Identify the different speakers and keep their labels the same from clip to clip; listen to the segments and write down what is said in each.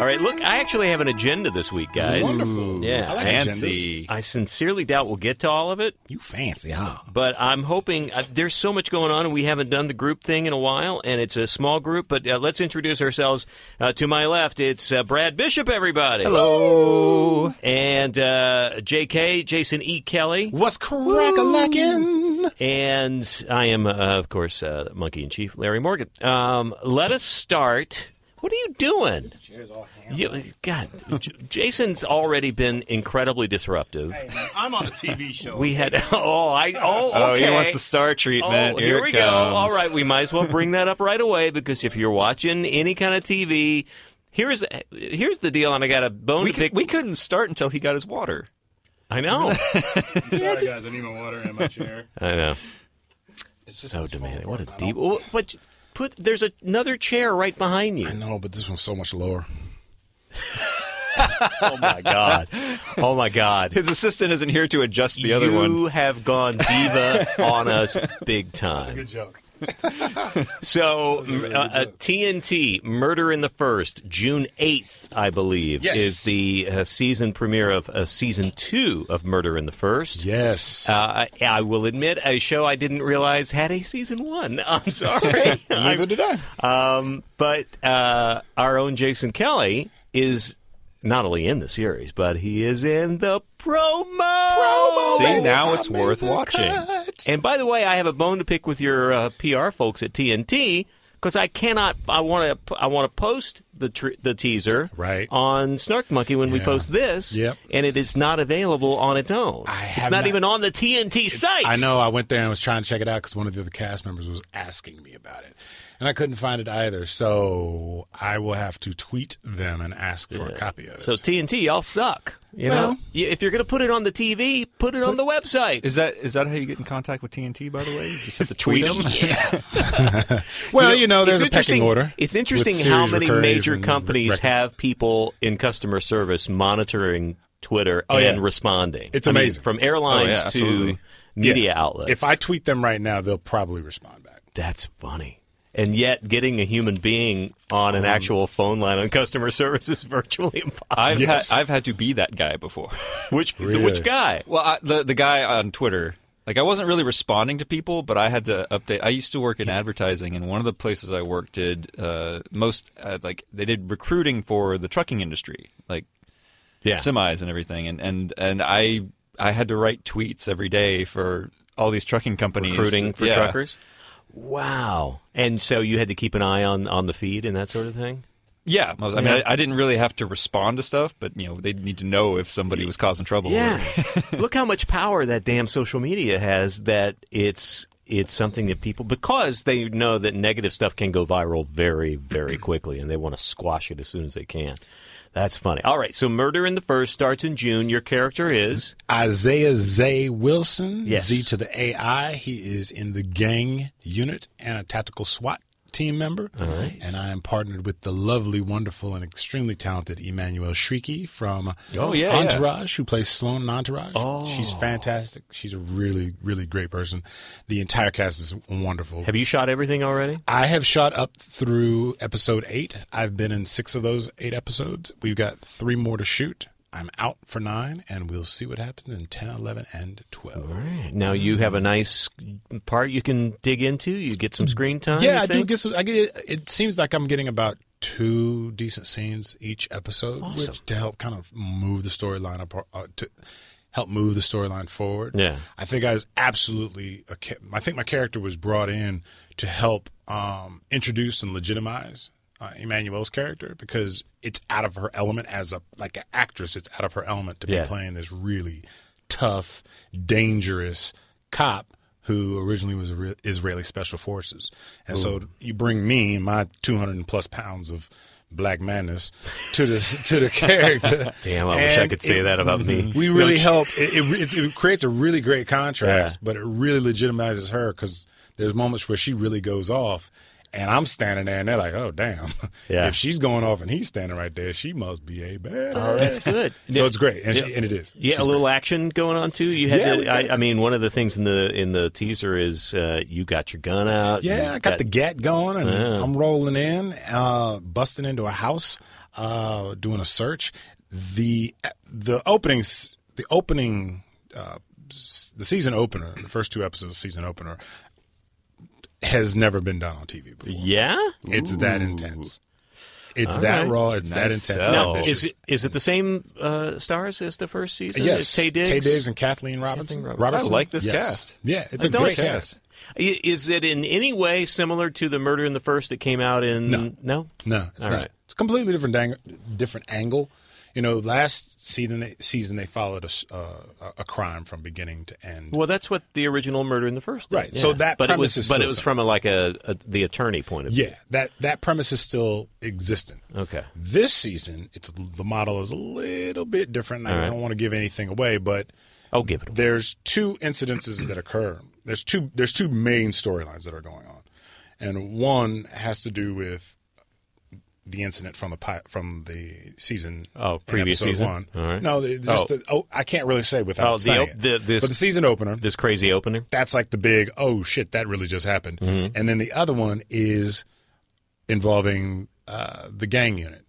Speaker 1: All right, look, I actually have an agenda this week, guys.
Speaker 2: Wonderful.
Speaker 1: Yeah,
Speaker 2: I like
Speaker 3: Fancy.
Speaker 1: I sincerely doubt we'll get to all of it,
Speaker 2: You fancy, huh?
Speaker 1: but I'm hoping uh, there's so much going on, and we haven't done the group thing in a while, and it's a small group. But uh, let's introduce ourselves. Uh, to my left, it's uh, Brad Bishop, everybody.
Speaker 3: Hello.
Speaker 1: And uh, J.K. Jason E. Kelly,
Speaker 2: What's crack a lacking?
Speaker 1: and I am, uh, of course, uh, Monkey in Chief Larry Morgan. Um, let us start. What are you doing? You, God, J- Jason's already been incredibly disruptive.
Speaker 4: I'm on a TV show.
Speaker 1: We had oh I oh
Speaker 3: Oh,
Speaker 1: okay.
Speaker 3: he wants a star
Speaker 1: Oh,
Speaker 3: treatment.
Speaker 1: here,
Speaker 3: it
Speaker 1: we
Speaker 3: comes.
Speaker 1: go. All right, we might as well bring that up right away because if you're watching any kind of TV, here's the, here's the deal, and I got a bone
Speaker 3: We,
Speaker 1: to
Speaker 3: could,
Speaker 1: pick.
Speaker 3: we couldn't start until he got his water.
Speaker 1: I know,
Speaker 4: Sorry, guys. I need my water and my chair.
Speaker 1: I know. So demanding. What a deep. oh, But put there's another chair right behind
Speaker 2: I
Speaker 1: you.
Speaker 2: know, but this one's so much lower.
Speaker 1: Oh my god. Oh my god.
Speaker 3: His assistant isn't here to adjust the other
Speaker 1: you
Speaker 3: one.
Speaker 1: have gone diva on us big time.
Speaker 2: joke.
Speaker 1: So, uh, uh, TNT, Murder in the First, June 8th, I believe,
Speaker 2: Yes.
Speaker 1: is the uh, season premiere of uh, season two of Murder in the First.
Speaker 2: Yes.
Speaker 1: Uh, I, I will admit, a show I didn't realize had a season one. I'm sorry.
Speaker 2: Neither did I.
Speaker 1: Um, but uh, our own Jason Kelly is not only in the series, but he is in the promo.
Speaker 3: See,
Speaker 2: baby,
Speaker 3: now
Speaker 2: I
Speaker 3: it's
Speaker 2: made
Speaker 3: worth
Speaker 2: the
Speaker 3: watching.
Speaker 2: cut.
Speaker 1: And by the way, I have a bone to pick with your uh, PR folks at TNT because I cannot. I want to. I want to post the tr- the teaser
Speaker 2: Right.
Speaker 1: on Snark Monkey when we
Speaker 2: Yeah.
Speaker 1: post this.
Speaker 2: Yep.
Speaker 1: And it is not available on its own.
Speaker 2: I
Speaker 1: it's
Speaker 2: have
Speaker 1: not,
Speaker 2: not-
Speaker 1: even on the TNT site.
Speaker 2: I know. I went there and was trying to check it out because one of the other cast members was asking me about it, and I couldn't find it either. So I will have to tweet them and ask for a copy of it.
Speaker 1: So TNT, y'all suck. You know,
Speaker 2: Well-
Speaker 1: Y- if you're going to put it on the TV, put it on the website.
Speaker 3: Is that is that how you get in contact with TNT? By the way, you just have to tweet him.
Speaker 2: well, you know, there's
Speaker 1: it's
Speaker 2: a
Speaker 1: interesting-
Speaker 2: pecking order.
Speaker 1: It's
Speaker 2: with
Speaker 1: interesting how
Speaker 2: series
Speaker 1: many
Speaker 2: recurrings
Speaker 1: major
Speaker 2: and
Speaker 1: companies
Speaker 2: rec-
Speaker 1: have people in customer service monitoring Twitter
Speaker 2: Oh, yeah.
Speaker 1: and responding.
Speaker 2: It's
Speaker 1: I mean,
Speaker 2: amazing.
Speaker 1: from airlines
Speaker 3: Oh, yeah,
Speaker 1: to
Speaker 3: absolutely.
Speaker 1: media
Speaker 2: Yeah.
Speaker 1: outlets.
Speaker 2: If I tweet them right now, they'll probably respond back.
Speaker 1: that's funny. And yet, getting a human being on
Speaker 2: Um,
Speaker 1: an actual phone line on customer service is virtually impossible.
Speaker 3: I've
Speaker 2: Yes.
Speaker 3: had, I've had to be that guy before.
Speaker 1: which
Speaker 2: Really?
Speaker 1: which guy?
Speaker 3: Well, I, the the guy on Twitter, like I wasn't really responding to people, but I had to update. I used to work in advertising, and one of the places I worked did uh, most uh, like they did recruiting for the trucking industry, like
Speaker 1: Yeah.
Speaker 3: semis and everything, and and and I I had to write tweets every day for all these trucking companies
Speaker 1: recruiting for
Speaker 3: Yeah.
Speaker 1: truckers. Wow. And so you had to keep an eye on on the feed and that sort of thing.
Speaker 3: Yeah, I mean, I, I didn't really have to respond to stuff, but you know, they would need to know if somebody was causing trouble. or-
Speaker 1: Yeah. Look how much power that damn social media has that it's it's something that people because they know that negative stuff can go viral very very quickly and they want to squash it as soon as they can. That's funny. All right, so Murder in the First starts in June. Your character is
Speaker 2: Isaiah Zay Wilson,
Speaker 1: Yes.
Speaker 2: Z to the AI. He is in the gang unit and a tactical SWAT team member. And I am partnered with the lovely, wonderful, and extremely talented Emmanuel Shrieky from
Speaker 3: Oh, yeah, yeah.
Speaker 2: Entourage, who plays Sloan in Entourage.
Speaker 1: Oh.
Speaker 2: She's fantastic. She's a really, really great person. The entire cast is wonderful.
Speaker 1: Have you shot everything already?
Speaker 2: I have shot up through episode eight. I've been in six of those eight episodes. We've got three more to shoot. I'm out for nine, and we'll see what happens in 10, 11, and 12.
Speaker 1: Now you have a nice part you can dig into. You get some screen time. you
Speaker 2: Mm. Yeah, I do
Speaker 1: think?
Speaker 2: get some. I get, it seems like I'm getting about two decent scenes each episode,
Speaker 1: Awesome.
Speaker 2: which to help kind of move the storyline apart, uh, to help move the storyline forward.
Speaker 1: Yeah.
Speaker 2: I think I was absolutely. A, ca- I think my character was brought in to help um, introduce and legitimize uh, Emmanuel's character because it's out of her element as a like an actress. It's out of her element to be
Speaker 1: Yeah.
Speaker 2: playing this really tough, dangerous cop who originally was Isra- Israeli Special Forces, and so you bring me and my two hundred plus pounds of. Black madness to the to the character.
Speaker 1: Damn, I wish I
Speaker 2: And
Speaker 1: could say
Speaker 2: it-
Speaker 1: that about me.
Speaker 2: we really help. Oh, It, it, it's- it creates a really great contrast,
Speaker 1: Yeah.
Speaker 2: but it really legitimizes her because there's moments where she really goes off, and I'm standing there, and they're like, "Oh, damn!
Speaker 1: Yeah.
Speaker 2: If she's going off and he's standing right there, she must be a badass."
Speaker 1: Oh, that's good.
Speaker 2: So it's great, and, she, and it is.
Speaker 1: Yeah,
Speaker 2: She's
Speaker 1: a little action going on too. You had
Speaker 2: Yeah, we
Speaker 1: to,
Speaker 2: got-
Speaker 1: I, I mean, one of the things in the in the teaser is uh, you got your gun out.
Speaker 2: Yeah,
Speaker 1: you
Speaker 2: I got the gat going, and I'm rolling in, uh, busting into a house, uh, doing a search. the The opening, s- the opening, uh, s- the season opener, the first two episodes, of season opener, has never been done on TV before.
Speaker 1: Yeah.
Speaker 2: It's that intense. It's that
Speaker 1: right.
Speaker 2: raw. It's that
Speaker 3: Nice
Speaker 2: intense.
Speaker 3: sell.
Speaker 2: and
Speaker 1: Now,
Speaker 3: Oh.
Speaker 2: ambitious.
Speaker 1: is it, is it the same uh, stars as the first season?
Speaker 2: Yes,
Speaker 1: Tay Diggs.
Speaker 2: and Kathleen Robinson.
Speaker 1: Robertson.
Speaker 3: I like this cast.
Speaker 2: Yeah, it's a
Speaker 1: No,
Speaker 2: great
Speaker 1: it's-
Speaker 2: cast.
Speaker 1: I- Is it in any way similar to the murder in the first that came out in?
Speaker 2: No. No, it's
Speaker 1: All
Speaker 2: not.
Speaker 1: right.
Speaker 2: It's a completely different dang- different angle. You know, last season they, season they followed a, s- uh, a- a crime from beginning to end.
Speaker 1: Well, that's what the original murder in the first. did,
Speaker 2: Right,
Speaker 1: yeah.
Speaker 2: so that
Speaker 1: but it was
Speaker 2: premise is
Speaker 1: but
Speaker 2: still
Speaker 1: it was
Speaker 2: something.
Speaker 1: from a, like a, a the attorney point of view.
Speaker 2: yeah, that that premise is still existent.
Speaker 1: Okay.
Speaker 2: This season, it's the model is a little bit different. and I don't want to give anything away, but
Speaker 1: Oh, give it. away.
Speaker 2: there's two incidences that occur. There's two there's two main storylines that are going on, and one has to do with the incident from the pi- from the season.
Speaker 1: Oh,
Speaker 2: in
Speaker 1: previous
Speaker 2: episode
Speaker 1: season?
Speaker 2: One.
Speaker 1: All right.
Speaker 2: No, the- just
Speaker 1: Oh.
Speaker 2: The, oh, I can't really say without
Speaker 1: Oh, the
Speaker 2: saying
Speaker 1: op-
Speaker 2: it.
Speaker 1: the- this-
Speaker 2: but the season opener.
Speaker 1: This crazy opener.
Speaker 2: that's like the big oh shit that really just happened, and then the other one is involving uh, the gang unit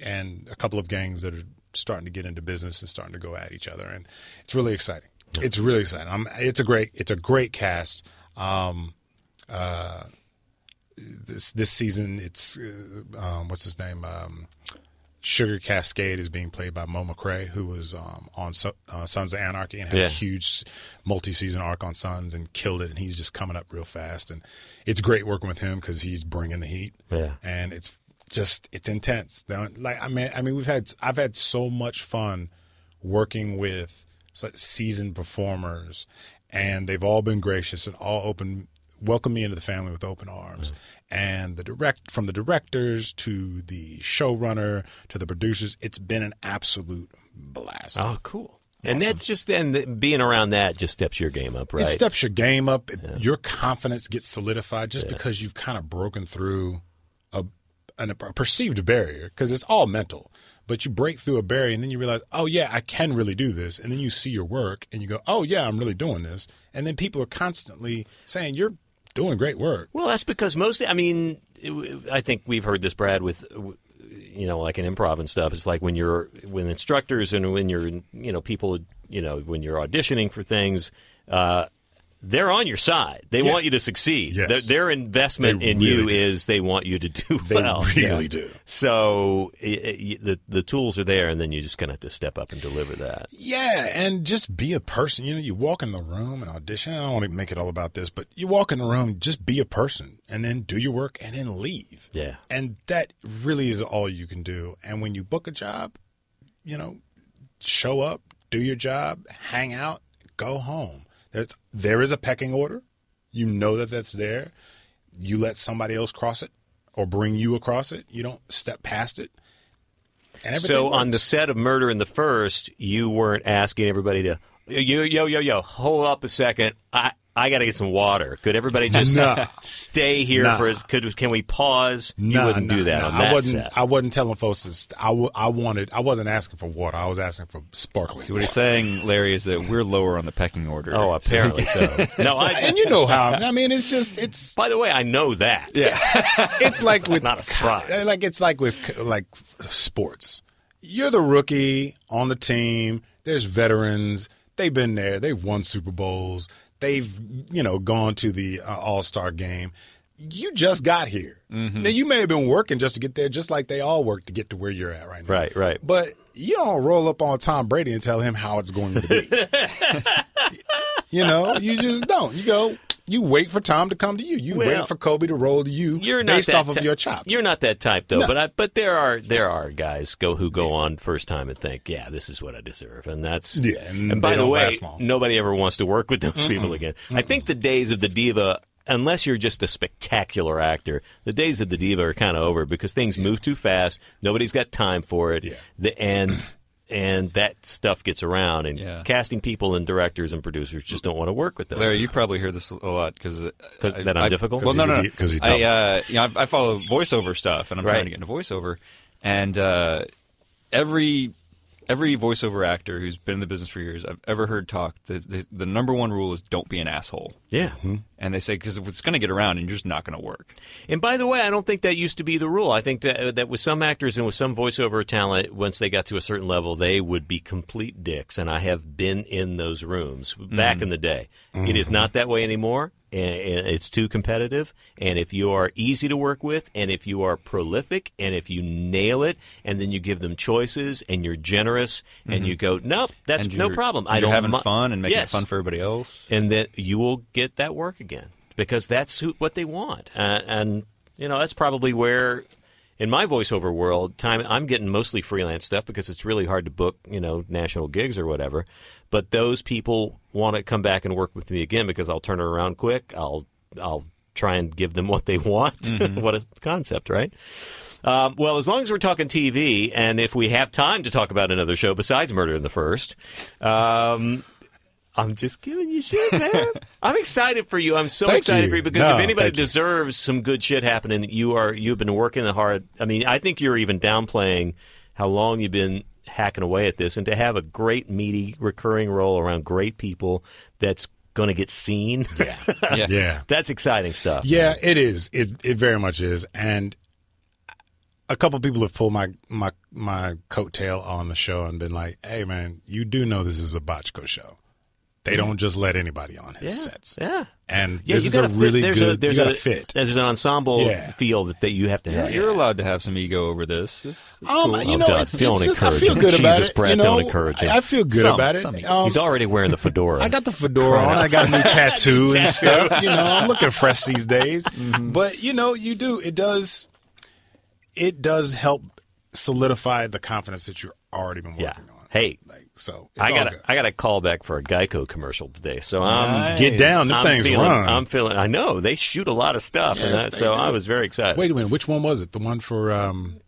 Speaker 2: and a couple of gangs that are starting to get into business and starting to go at each other, and it's really exciting. It's really exciting. i it's a great it's a great cast. Um, uh, this this season, it's uh, um, what's his name. Um, Sugar Cascade is being played by Mo McRae, who was um, on so- uh, Sons of Anarchy and had
Speaker 1: Yeah.
Speaker 2: a huge multi-season arc on Sons and killed it. And he's just coming up real fast, and it's great working with him because he's bringing the heat.
Speaker 1: Yeah.
Speaker 2: and it's just it's intense. Now, Like I mean, I mean, we've had I've had so much fun working with such seasoned performers, and they've all been gracious and all open welcomed me into the family with open arms. And the direct from the directors to the showrunner to the producers, it's been an absolute blast.
Speaker 1: Oh, cool. And that's just and th- being around that just steps your game up, right?
Speaker 2: It steps your game up. It- Your confidence gets solidified just because you've kind of broken through a, an, a perceived barrier because it's all mental. But you break through a barrier and then you realize, oh, yeah, I can really do this. And then you see your work and you go, oh, yeah, I'm really doing this. And then people are constantly saying, you're doing great work.
Speaker 1: Well, that's because most. I mean, it- I think we've heard this, Brad, with you know, like in improv and stuff. It's like when you're when instructors and when you're you know people you know when you're auditioning for things. Uh, they're on your side. They
Speaker 2: Yeah.
Speaker 1: want you to succeed.
Speaker 2: Yes.
Speaker 1: Their, their investment
Speaker 2: They
Speaker 1: in you
Speaker 2: really do.
Speaker 1: is they want you to do
Speaker 2: They
Speaker 1: well.
Speaker 2: really do.
Speaker 1: So i i the the tools are there, and then you're just gonna have to step up and deliver that.
Speaker 2: Yeah, and just be a person. You know, you walk in the room and audition. I don't want to make it all about this, but you walk in the room, just be a person, and then do your work, and then leave.
Speaker 1: Yeah.
Speaker 2: and that really is all you can do. And when you book a job, you know, show up, do your job, hang out, go home. There's there is a pecking order. You know that that's there. You let somebody else cross it or bring you across it. You don't step past it. And everything
Speaker 1: So on the
Speaker 2: works.
Speaker 1: set of Murder in the First, you weren't asking everybody to yo yo yo yo hold up a second. I I got to get some water. Could everybody just
Speaker 2: Nah.
Speaker 1: stay here
Speaker 2: Nah.
Speaker 1: for? His, could can we pause? you wouldn't do that on that
Speaker 2: I wasn't.
Speaker 1: set.
Speaker 2: I wasn't telling folks. To st- I, w- I wanted. I wasn't asking for water. I was asking for sparkling.
Speaker 3: See, what he's saying, Larry, is that we're lower on the pecking order.
Speaker 1: oh,
Speaker 3: So he
Speaker 1: apparently so. No, I.
Speaker 2: and you know how. I mean, it's just. It's.
Speaker 1: By the way, I know that. Yeah,
Speaker 2: It's like with
Speaker 1: not a surprise.
Speaker 2: like it's like with like sports. You're the rookie on the team. There's veterans. They've been there. They've won Super Bowls. They've you know gone to the uh, All Star game. You just got
Speaker 1: Mm-hmm.
Speaker 2: here. Now you may have been working just to get there, just like they all work to get to where you're at right now.
Speaker 1: Right, right.
Speaker 2: But you don't roll up on Tom Brady and tell him how it's going to be. you know, you just don't. You go. You wait for Tom to come to you. You
Speaker 1: Well,
Speaker 2: wait for Kobe to roll to you
Speaker 1: You're not
Speaker 2: based
Speaker 1: that
Speaker 2: off of
Speaker 1: ti-
Speaker 2: your chops.
Speaker 1: You're not that type though.
Speaker 2: No.
Speaker 1: But I, but there are there are guys go who go on first time and think, yeah, this is what I deserve, and that's
Speaker 2: Yeah, and
Speaker 1: by
Speaker 2: they
Speaker 1: the
Speaker 2: don't
Speaker 1: way,
Speaker 2: last long.
Speaker 1: nobody ever wants to work with those people again. I think the days of the diva. Unless you're just a spectacular actor, the days of the diva are kind of over because things move too fast. Nobody's got time for it.
Speaker 2: Yeah.
Speaker 1: The and and that stuff gets around, and
Speaker 3: Yeah.
Speaker 1: casting people and directors and producers just don't want to work with those.
Speaker 3: Larry, you probably hear this a lot because
Speaker 1: 'Cause that I'm difficult?
Speaker 3: Well, no,
Speaker 2: 'Cause
Speaker 3: no,
Speaker 2: he's
Speaker 3: no.
Speaker 2: a deep- 'cause he's
Speaker 3: I,
Speaker 2: dumb.
Speaker 3: uh, you know, I, I follow voiceover stuff, and I'm
Speaker 1: Right.
Speaker 3: trying to get into voiceover, and uh, every every voiceover actor who's been in the business for years I've ever heard talk, the, the, the number one rule is don't be an asshole.
Speaker 1: yeah.
Speaker 2: Mm-hmm.
Speaker 3: And they say because it's going to get around, and you're just not going to work.
Speaker 1: And by the way, I don't think that used to be the rule. I think that that with some actors and with some voiceover talent, once they got to a certain level, they would be complete dicks. And I have been in those rooms back
Speaker 3: Mm.
Speaker 1: in the day. It is not that way anymore. And and it's too competitive. And if you are easy to work with, and if you are prolific, and if you nail it, and then you give them choices, and you're generous, and you go, nope, that's
Speaker 3: Mm-hmm. and
Speaker 1: no
Speaker 3: you're-
Speaker 1: problem.
Speaker 3: You're
Speaker 1: I don't
Speaker 3: having
Speaker 1: mi-"
Speaker 3: fun and making
Speaker 1: Yes
Speaker 3: it fun for everybody else.
Speaker 1: and that you will get that work again because that's who, what they want. Uh, and you know that's probably where in my voiceover world, time I'm getting mostly freelance stuff because it's really hard to book you know national gigs or whatever. But those people want to come back and work with me again because I'll turn it around quick. I'll I'll try and give them what they want. what a concept, right? Um, well, as long as we're talking TV, and if we have time to talk about another show besides Murder in the First, um, I'm just giving you shit, man. I'm excited for you. I'm so
Speaker 2: Thank
Speaker 1: excited
Speaker 2: you.
Speaker 1: for you because
Speaker 2: No,
Speaker 1: if anybody
Speaker 2: thank you.
Speaker 1: deserves some good shit happening, you are you've been working hard. I mean, I think you're even downplaying how long you've been hacking away at this, and to have a great meaty recurring role around great people that's going to get seen. Yeah,
Speaker 2: yeah.
Speaker 1: that's exciting stuff.
Speaker 2: Yeah, it is. It it very much is. And a couple people have pulled my my my coattail on the show and been like, "Hey, man, you do know this is a Botchko show. They don't just let anybody on his
Speaker 1: Yeah,
Speaker 2: sets.
Speaker 1: yeah.
Speaker 2: and
Speaker 1: Yeah,
Speaker 2: this
Speaker 1: you
Speaker 2: is
Speaker 1: gotta
Speaker 2: a really
Speaker 1: fit. There's
Speaker 2: good.
Speaker 1: A, there's
Speaker 2: you got
Speaker 1: a
Speaker 2: to fit.
Speaker 1: There's an ensemble
Speaker 2: Yeah.
Speaker 1: feel that, that you have to have.
Speaker 3: You're allowed to have some ego over this. It's, it's
Speaker 2: Um,
Speaker 3: cool.
Speaker 2: you
Speaker 1: Oh,
Speaker 2: know,
Speaker 1: don't-
Speaker 2: it's,
Speaker 1: don't
Speaker 2: it's just, I
Speaker 1: encourage
Speaker 2: feel
Speaker 1: him.
Speaker 2: good about
Speaker 1: Jesus,
Speaker 2: it.
Speaker 1: Brad,
Speaker 2: you know,
Speaker 1: don't encourage him.
Speaker 2: I, I feel good
Speaker 3: Some-
Speaker 2: about it.
Speaker 3: some-
Speaker 2: Um,
Speaker 1: He's already wearing the fedora.
Speaker 2: I got the fedora on. I got a new tattoo and stuff. You know, I'm looking fresh these days.
Speaker 1: Mm-hmm.
Speaker 2: But you know, you do. It does. It does help solidify the confidence that you're already been working
Speaker 1: Yeah.
Speaker 2: on.
Speaker 1: Hey,
Speaker 2: like so. It's
Speaker 1: I
Speaker 2: all
Speaker 1: got a,
Speaker 2: good.
Speaker 1: I got a call back for a Geico commercial today, so I'm
Speaker 3: Nice.
Speaker 2: get down. The
Speaker 1: I'm
Speaker 2: things
Speaker 1: feeling,
Speaker 2: run.
Speaker 1: I'm feeling. I know they shoot a lot of stuff, and
Speaker 2: Yes,
Speaker 1: that,
Speaker 2: they
Speaker 1: so
Speaker 2: do.
Speaker 1: I was very excited.
Speaker 2: Wait a minute. Which one was it? The one for um,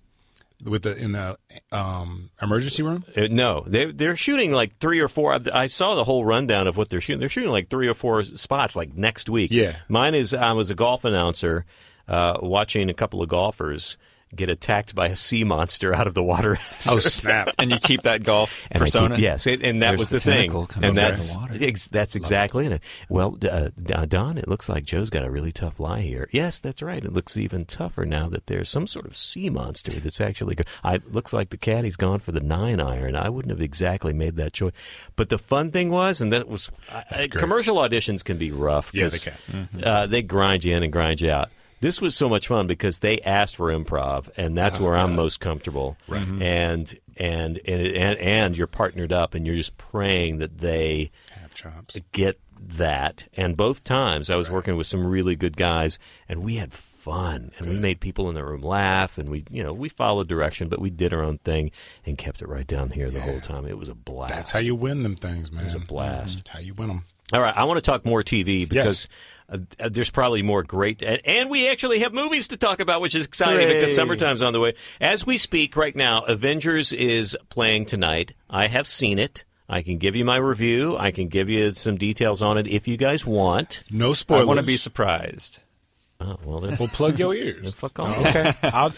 Speaker 2: with the in the um emergency room?
Speaker 1: Uh, no, they they're shooting like three or four. I've- I saw the whole rundown of what they're shooting. They're shooting like three or four spots like next week.
Speaker 2: Yeah.
Speaker 1: mine is. I was a golf announcer, uh, watching a couple of golfers get attacked by a sea monster out of the water.
Speaker 2: Oh snap!
Speaker 3: and you keep that golf
Speaker 1: And I
Speaker 3: persona.
Speaker 1: keep- yes, it, and that
Speaker 3: There's
Speaker 1: was the,
Speaker 3: the
Speaker 1: thing.
Speaker 3: tentacle coming
Speaker 1: And
Speaker 3: out of
Speaker 1: that's
Speaker 3: the water.
Speaker 1: ex- that's exactly it. Well, d- uh, D- uh, Don, it looks like Joe's got a really tough lie here. Yes, that's right. It looks even tougher now that there's some sort of sea monster that's actually. Go- I looks like the caddy's gone for the nine iron. I wouldn't have exactly made that choice. But the fun thing was, and that was I,
Speaker 2: great.
Speaker 1: commercial auditions can be rough.
Speaker 2: Yeah, they
Speaker 1: 'cause,
Speaker 2: can.
Speaker 1: Uh, they grind you in and grind you out. This was so much fun because they asked for improv, and that's
Speaker 2: Oh,
Speaker 1: where I'm most comfortable. Right. And
Speaker 2: Mm-hmm.
Speaker 1: and and and and you're partnered up, and you're just praying that they
Speaker 2: Have chops.
Speaker 1: get that. And both times I was working with some really good guys and we had fun and we made people in the room laugh and we you know, we followed direction but we did our own thing and kept it right down here the whole time. It was a blast.
Speaker 2: That's how you win them things, man. It's a
Speaker 1: blast.
Speaker 2: That's how you win them.
Speaker 1: All right, I want to talk more TV because uh, uh, there's probably more great, and, and we actually have movies to talk about, which is exciting because summertime's on the way. As we speak right now, Avengers is playing tonight. I have seen it. I can give you my review. I can give you some details on it if you guys want.
Speaker 2: No
Speaker 3: I
Speaker 2: spoilers.
Speaker 3: want to be surprised.
Speaker 1: Oh, well, then
Speaker 2: Well, plug your ears.
Speaker 1: fuck off.
Speaker 2: Okay. I'll,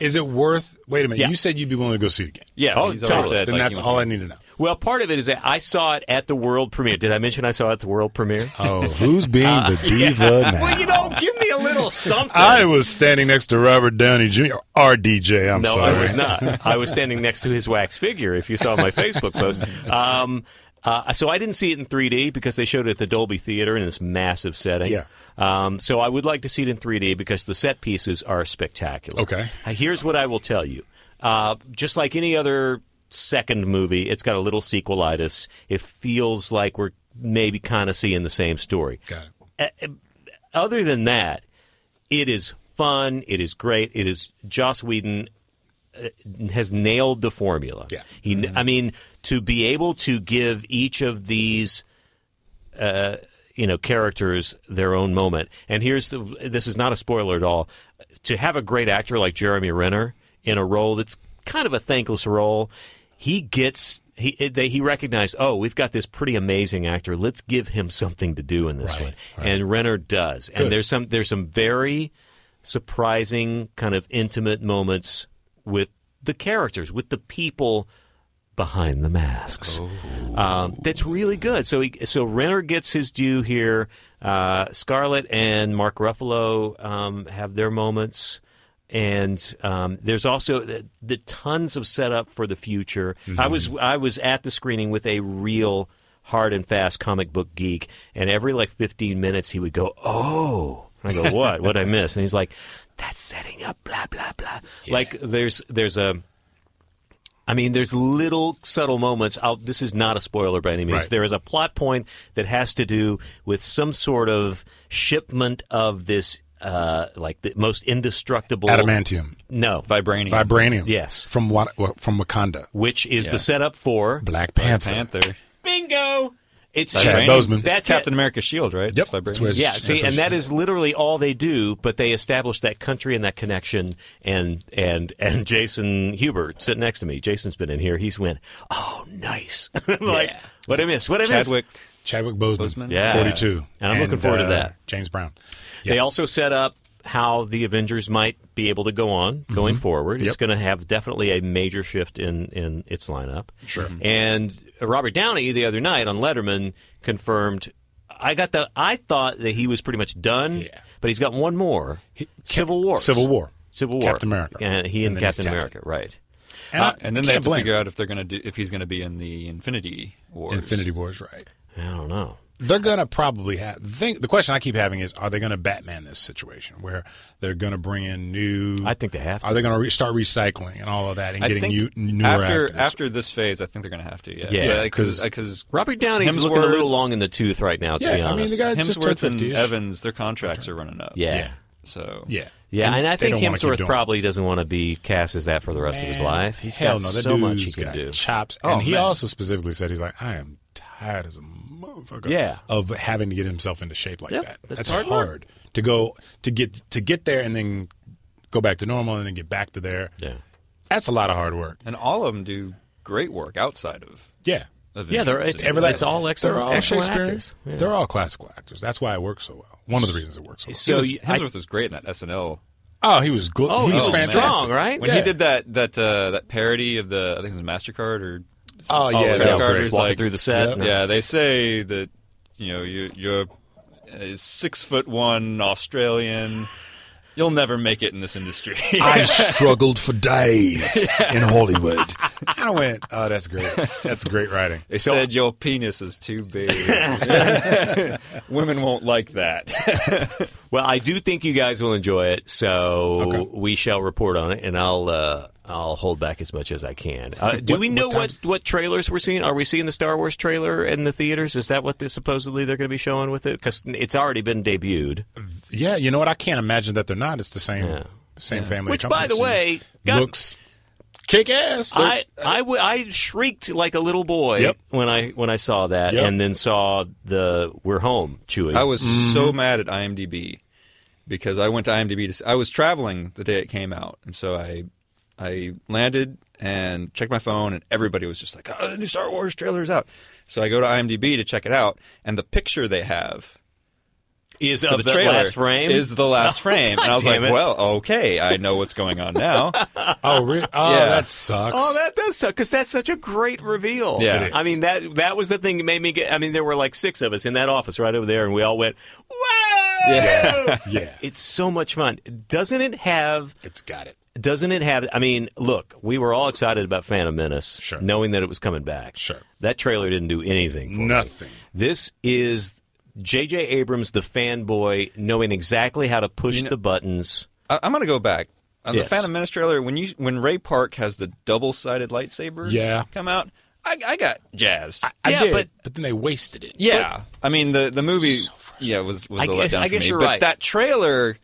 Speaker 2: is it worth? Wait a minute.
Speaker 1: Oh, Yeah.
Speaker 2: You said you'd be willing to go see it again.
Speaker 3: Yeah,
Speaker 1: Oh,
Speaker 3: he's already
Speaker 1: totally.
Speaker 3: said,
Speaker 2: then
Speaker 3: like,
Speaker 2: that's
Speaker 3: he wants
Speaker 2: all
Speaker 3: to-
Speaker 2: I need to know.
Speaker 1: Well, part of it is that I saw it at the world premiere. Did I mention I saw it at the world premiere?
Speaker 2: Oh, who's being the diva now?
Speaker 1: Uh, Well, you know, give me a little something.
Speaker 2: I was standing next to Robert Downey Jr. RDJ. I'm
Speaker 1: no,
Speaker 2: sorry.
Speaker 1: I was not. I was standing next to his wax figure. If you saw my Facebook post, um, uh, so I didn't see it in 3D because they showed it at the Dolby Theater in this massive setting.
Speaker 2: Yeah.
Speaker 1: Um, so I would like to see it in 3D because the set pieces are spectacular.
Speaker 2: Okay.
Speaker 1: Uh, Here's what I will tell you. Uh, just like any other second movie. It's got a little sequelitis. It feels like we're maybe kind of seeing the same story.
Speaker 2: Got it.
Speaker 1: Other than that, it is fun. It is great. It is Joss Whedon uh, has nailed the formula.
Speaker 2: Yeah.
Speaker 1: He, I mean, to be able to give each of these you know characters their own moment. And here's the this is not a spoiler at all. To have a great actor like Jeremy Renner in a role that's kind of a thankless role, he gets he they, he recognized, "Oh, we've got this pretty amazing actor. Let's give him something to do in this
Speaker 2: Right,
Speaker 1: one." And Renner does. And there's some there's some very surprising kind of intimate moments with the characters, with the people behind the
Speaker 2: Oh,
Speaker 1: masks. Um, that's really good. So he, so Renner gets his due here. Uh, Scarlett and Mark Ruffalo um, have their moments. And um, there's also the, the tons of setup for the future. I was I was at the screening with a real hard and fast comic book geek, and every like 15 minutes he would go, "Oh," I go, "What? what I miss?" And he's like, "That's setting up blah blah blah." Like there's there's a I mean, there's little subtle moments. I'll, this is not a spoiler by any means.
Speaker 2: Right.
Speaker 1: There is a plot point that has to do with some sort of shipment of this, uh, like the most indestructible
Speaker 2: Adamantium,
Speaker 1: No,
Speaker 3: Vibranium.
Speaker 2: vibranium.
Speaker 1: Yes.
Speaker 2: from what from Wakanda.
Speaker 1: which is
Speaker 3: Yeah.
Speaker 1: the setup for
Speaker 2: Black Panther.
Speaker 3: Panther.
Speaker 1: bingo. It's
Speaker 2: Chadwick
Speaker 3: Vibranium.
Speaker 2: Boseman.
Speaker 3: That's,
Speaker 1: That's it.
Speaker 3: Captain America's shield, right?
Speaker 2: Yep,
Speaker 3: That's
Speaker 2: that's where it's-
Speaker 3: vibranium.
Speaker 1: Yeah,
Speaker 2: That's
Speaker 1: see,
Speaker 2: what
Speaker 1: and
Speaker 2: she
Speaker 1: that
Speaker 2: said.
Speaker 1: is literally all they do. But they establish that country and that connection. And and and Jason Huber sitting next to me. Jason's been in here. He's went, oh, nice. I'm like, what I miss? What I miss?
Speaker 3: Chadwick.
Speaker 2: Chadwick Boseman,
Speaker 3: Boseman?
Speaker 1: Yeah.
Speaker 2: 42.
Speaker 1: And I'm looking forward to that.
Speaker 2: uh, James Brown.
Speaker 1: They also set up how the Avengers might be able to go on going forward. It's
Speaker 2: Mm-hmm. Yep.
Speaker 1: going to have definitely a major shift in, in its lineup. Sure. And Robert Downey the other night on Letterman confirmed. I got the. I thought that he was pretty much done.
Speaker 2: Yeah.
Speaker 1: But he's got one more. Civil War.
Speaker 2: Civil War.
Speaker 1: Civil War.
Speaker 2: Captain America.
Speaker 1: And he and,
Speaker 2: And then he's
Speaker 1: Captain America.
Speaker 2: Captain.
Speaker 1: Uh, Right.
Speaker 2: And, I,
Speaker 3: And
Speaker 2: I
Speaker 3: then they
Speaker 2: can't
Speaker 3: have to
Speaker 2: blame
Speaker 3: figure out if they're going to do if he's going to be in the Infinity Wars.
Speaker 2: Infinity Wars, right?
Speaker 1: I don't know.
Speaker 2: They're gonna probably have. The, thing, the question I keep having is: Are they gonna Batman this situation where they're gonna bring in new?
Speaker 1: I think they have to.
Speaker 2: Are they gonna re- start recycling and all of that and
Speaker 3: I
Speaker 2: getting
Speaker 3: think
Speaker 2: new, newer
Speaker 3: after
Speaker 2: actors?
Speaker 3: after this phase, I think they're going to have to. Yeah,
Speaker 1: Yeah,
Speaker 3: because
Speaker 2: 'cause-
Speaker 1: Robert Downey's looking a
Speaker 3: Hemsworth-
Speaker 1: little long in the tooth right now. To
Speaker 2: Yeah,
Speaker 1: be
Speaker 2: I
Speaker 1: honest.
Speaker 2: mean, the guy just turned
Speaker 3: Hemsworth and
Speaker 2: 50 -ish.
Speaker 3: Evans, their contracts are running up.
Speaker 1: Yeah.
Speaker 2: Yeah.
Speaker 3: So
Speaker 2: yeah,
Speaker 1: Yeah, and, I
Speaker 2: they
Speaker 1: think
Speaker 2: don't wanna keep
Speaker 1: Hemsworth
Speaker 2: doing it.
Speaker 1: probably doesn't want to be cast as that for the rest of his
Speaker 2: Man,
Speaker 1: life. He's
Speaker 2: hell
Speaker 1: got
Speaker 2: no, that
Speaker 1: so much he
Speaker 2: dude's
Speaker 1: can
Speaker 2: got
Speaker 1: do.
Speaker 2: Chops,
Speaker 3: Oh,
Speaker 2: and he
Speaker 3: man.
Speaker 2: also specifically said he's like, I am tired as a motherfucker.
Speaker 1: Yeah.
Speaker 2: of having to get himself into shape like
Speaker 1: Yep,
Speaker 2: that.
Speaker 1: that's
Speaker 2: That's,
Speaker 1: hard
Speaker 2: hard,
Speaker 1: work.
Speaker 2: to go to get to get there and then go back to normal and then get back to there.
Speaker 1: Yeah,
Speaker 2: That's a lot of hard work.
Speaker 3: and all of them do great work outside of.
Speaker 2: Yeah.
Speaker 3: of
Speaker 1: Yeah, they're-
Speaker 3: Avengers.
Speaker 1: it's-
Speaker 2: Every last-
Speaker 1: all excellent-
Speaker 2: They're all
Speaker 1: excellent
Speaker 2: Shakespearean.
Speaker 1: actors. Yeah.
Speaker 2: They're all classical actors. That's why it works so well. One of the reasons it works so well.
Speaker 1: So
Speaker 3: He
Speaker 1: you-
Speaker 3: was-
Speaker 1: I-
Speaker 3: Hemsworth was great in that SNL.
Speaker 2: oh, he was gl-
Speaker 1: Oh,
Speaker 2: he
Speaker 1: he
Speaker 2: was
Speaker 1: was
Speaker 2: fantastic.
Speaker 1: strong, right?
Speaker 3: When
Speaker 2: Yeah.
Speaker 3: he did that that uh, that parody of the I think it was Mastercard or
Speaker 2: Oh, yeah,
Speaker 3: credit
Speaker 2: that was
Speaker 3: card
Speaker 2: great.
Speaker 3: is
Speaker 1: walking
Speaker 3: like-
Speaker 1: through the set. and-
Speaker 3: Yeah, they say that you know you, you're a six foot one Australian. You'll never make it in this industry.
Speaker 5: I struggled for days in Hollywood.
Speaker 2: I went, oh, that's great. That's great writing.
Speaker 3: they said your penis is too big. Women won't like that.
Speaker 1: Well, I do think you guys will enjoy it, so we shall report on it, and I'll uh, I'll hold back as much as I can. Uh, do
Speaker 2: What-
Speaker 1: we know
Speaker 2: what
Speaker 1: what, what trailers we're seeing? Are we seeing the Star Wars trailer in the theaters? Is that what they're, supposedly they're going to be showing with it? Because it's already been debuted.
Speaker 2: Yeah, you know what? I can't imagine that they're not. It's the same same family.
Speaker 1: Which,
Speaker 2: company,
Speaker 1: by the
Speaker 2: so
Speaker 1: way, got-
Speaker 2: looks kick ass.
Speaker 1: I
Speaker 3: uh,
Speaker 1: I, w- I shrieked like a little boy
Speaker 2: Yep.
Speaker 1: when I when I saw that,
Speaker 2: Yep.
Speaker 1: and then saw the "We're Home" Chewie.
Speaker 3: I was so mad at IMDb because I went to IMDb to. s- I was traveling the day it came out, and so I I landed and checked my phone, and everybody was just like, "Oh, the new Star Wars trailer is out." So I go to IMDb to check it out, and the picture they have
Speaker 1: is
Speaker 3: of
Speaker 1: of
Speaker 3: the
Speaker 1: the
Speaker 3: trailer
Speaker 1: last frame
Speaker 3: is the last frame, and I was like,
Speaker 1: damn it.
Speaker 3: "Well, okay, I know what's going on now."
Speaker 2: oh, re- oh
Speaker 3: Yeah.
Speaker 2: that sucks.
Speaker 1: Oh, that does suck because that's such a great reveal.
Speaker 3: Yeah. It is.
Speaker 1: I mean that that was the thing that made me get. I mean, there were like six of us in that office right over there, and we all went, "Wow!"
Speaker 3: Yeah.
Speaker 2: yeah,
Speaker 1: it's so much fun. Doesn't it have?
Speaker 2: it's got it.
Speaker 1: Doesn't it have? I mean, look, we were all excited about Phantom Menace,
Speaker 2: Sure.
Speaker 1: knowing that it was coming back.
Speaker 2: Sure.
Speaker 1: that trailer didn't do anything. For me.
Speaker 2: Nothing.
Speaker 1: This is J.J. Abrams, the fanboy, knowing exactly how to push the buttons.
Speaker 3: I, I'm going to go back. uh,
Speaker 1: Yes.
Speaker 3: the Phantom Menace trailer when you when Ray Park has the double sided lightsaber.
Speaker 2: Yeah.
Speaker 3: come out. I, I got jazzed.
Speaker 2: I
Speaker 6: Yeah,
Speaker 2: did,
Speaker 6: but-
Speaker 2: but, then they wasted it.
Speaker 3: yeah, I mean the the movie. yeah, was was
Speaker 6: I
Speaker 3: a
Speaker 6: guess-
Speaker 3: letdown
Speaker 6: I
Speaker 3: for
Speaker 6: guess
Speaker 3: me.
Speaker 6: you're
Speaker 3: but
Speaker 6: right.
Speaker 3: that trailer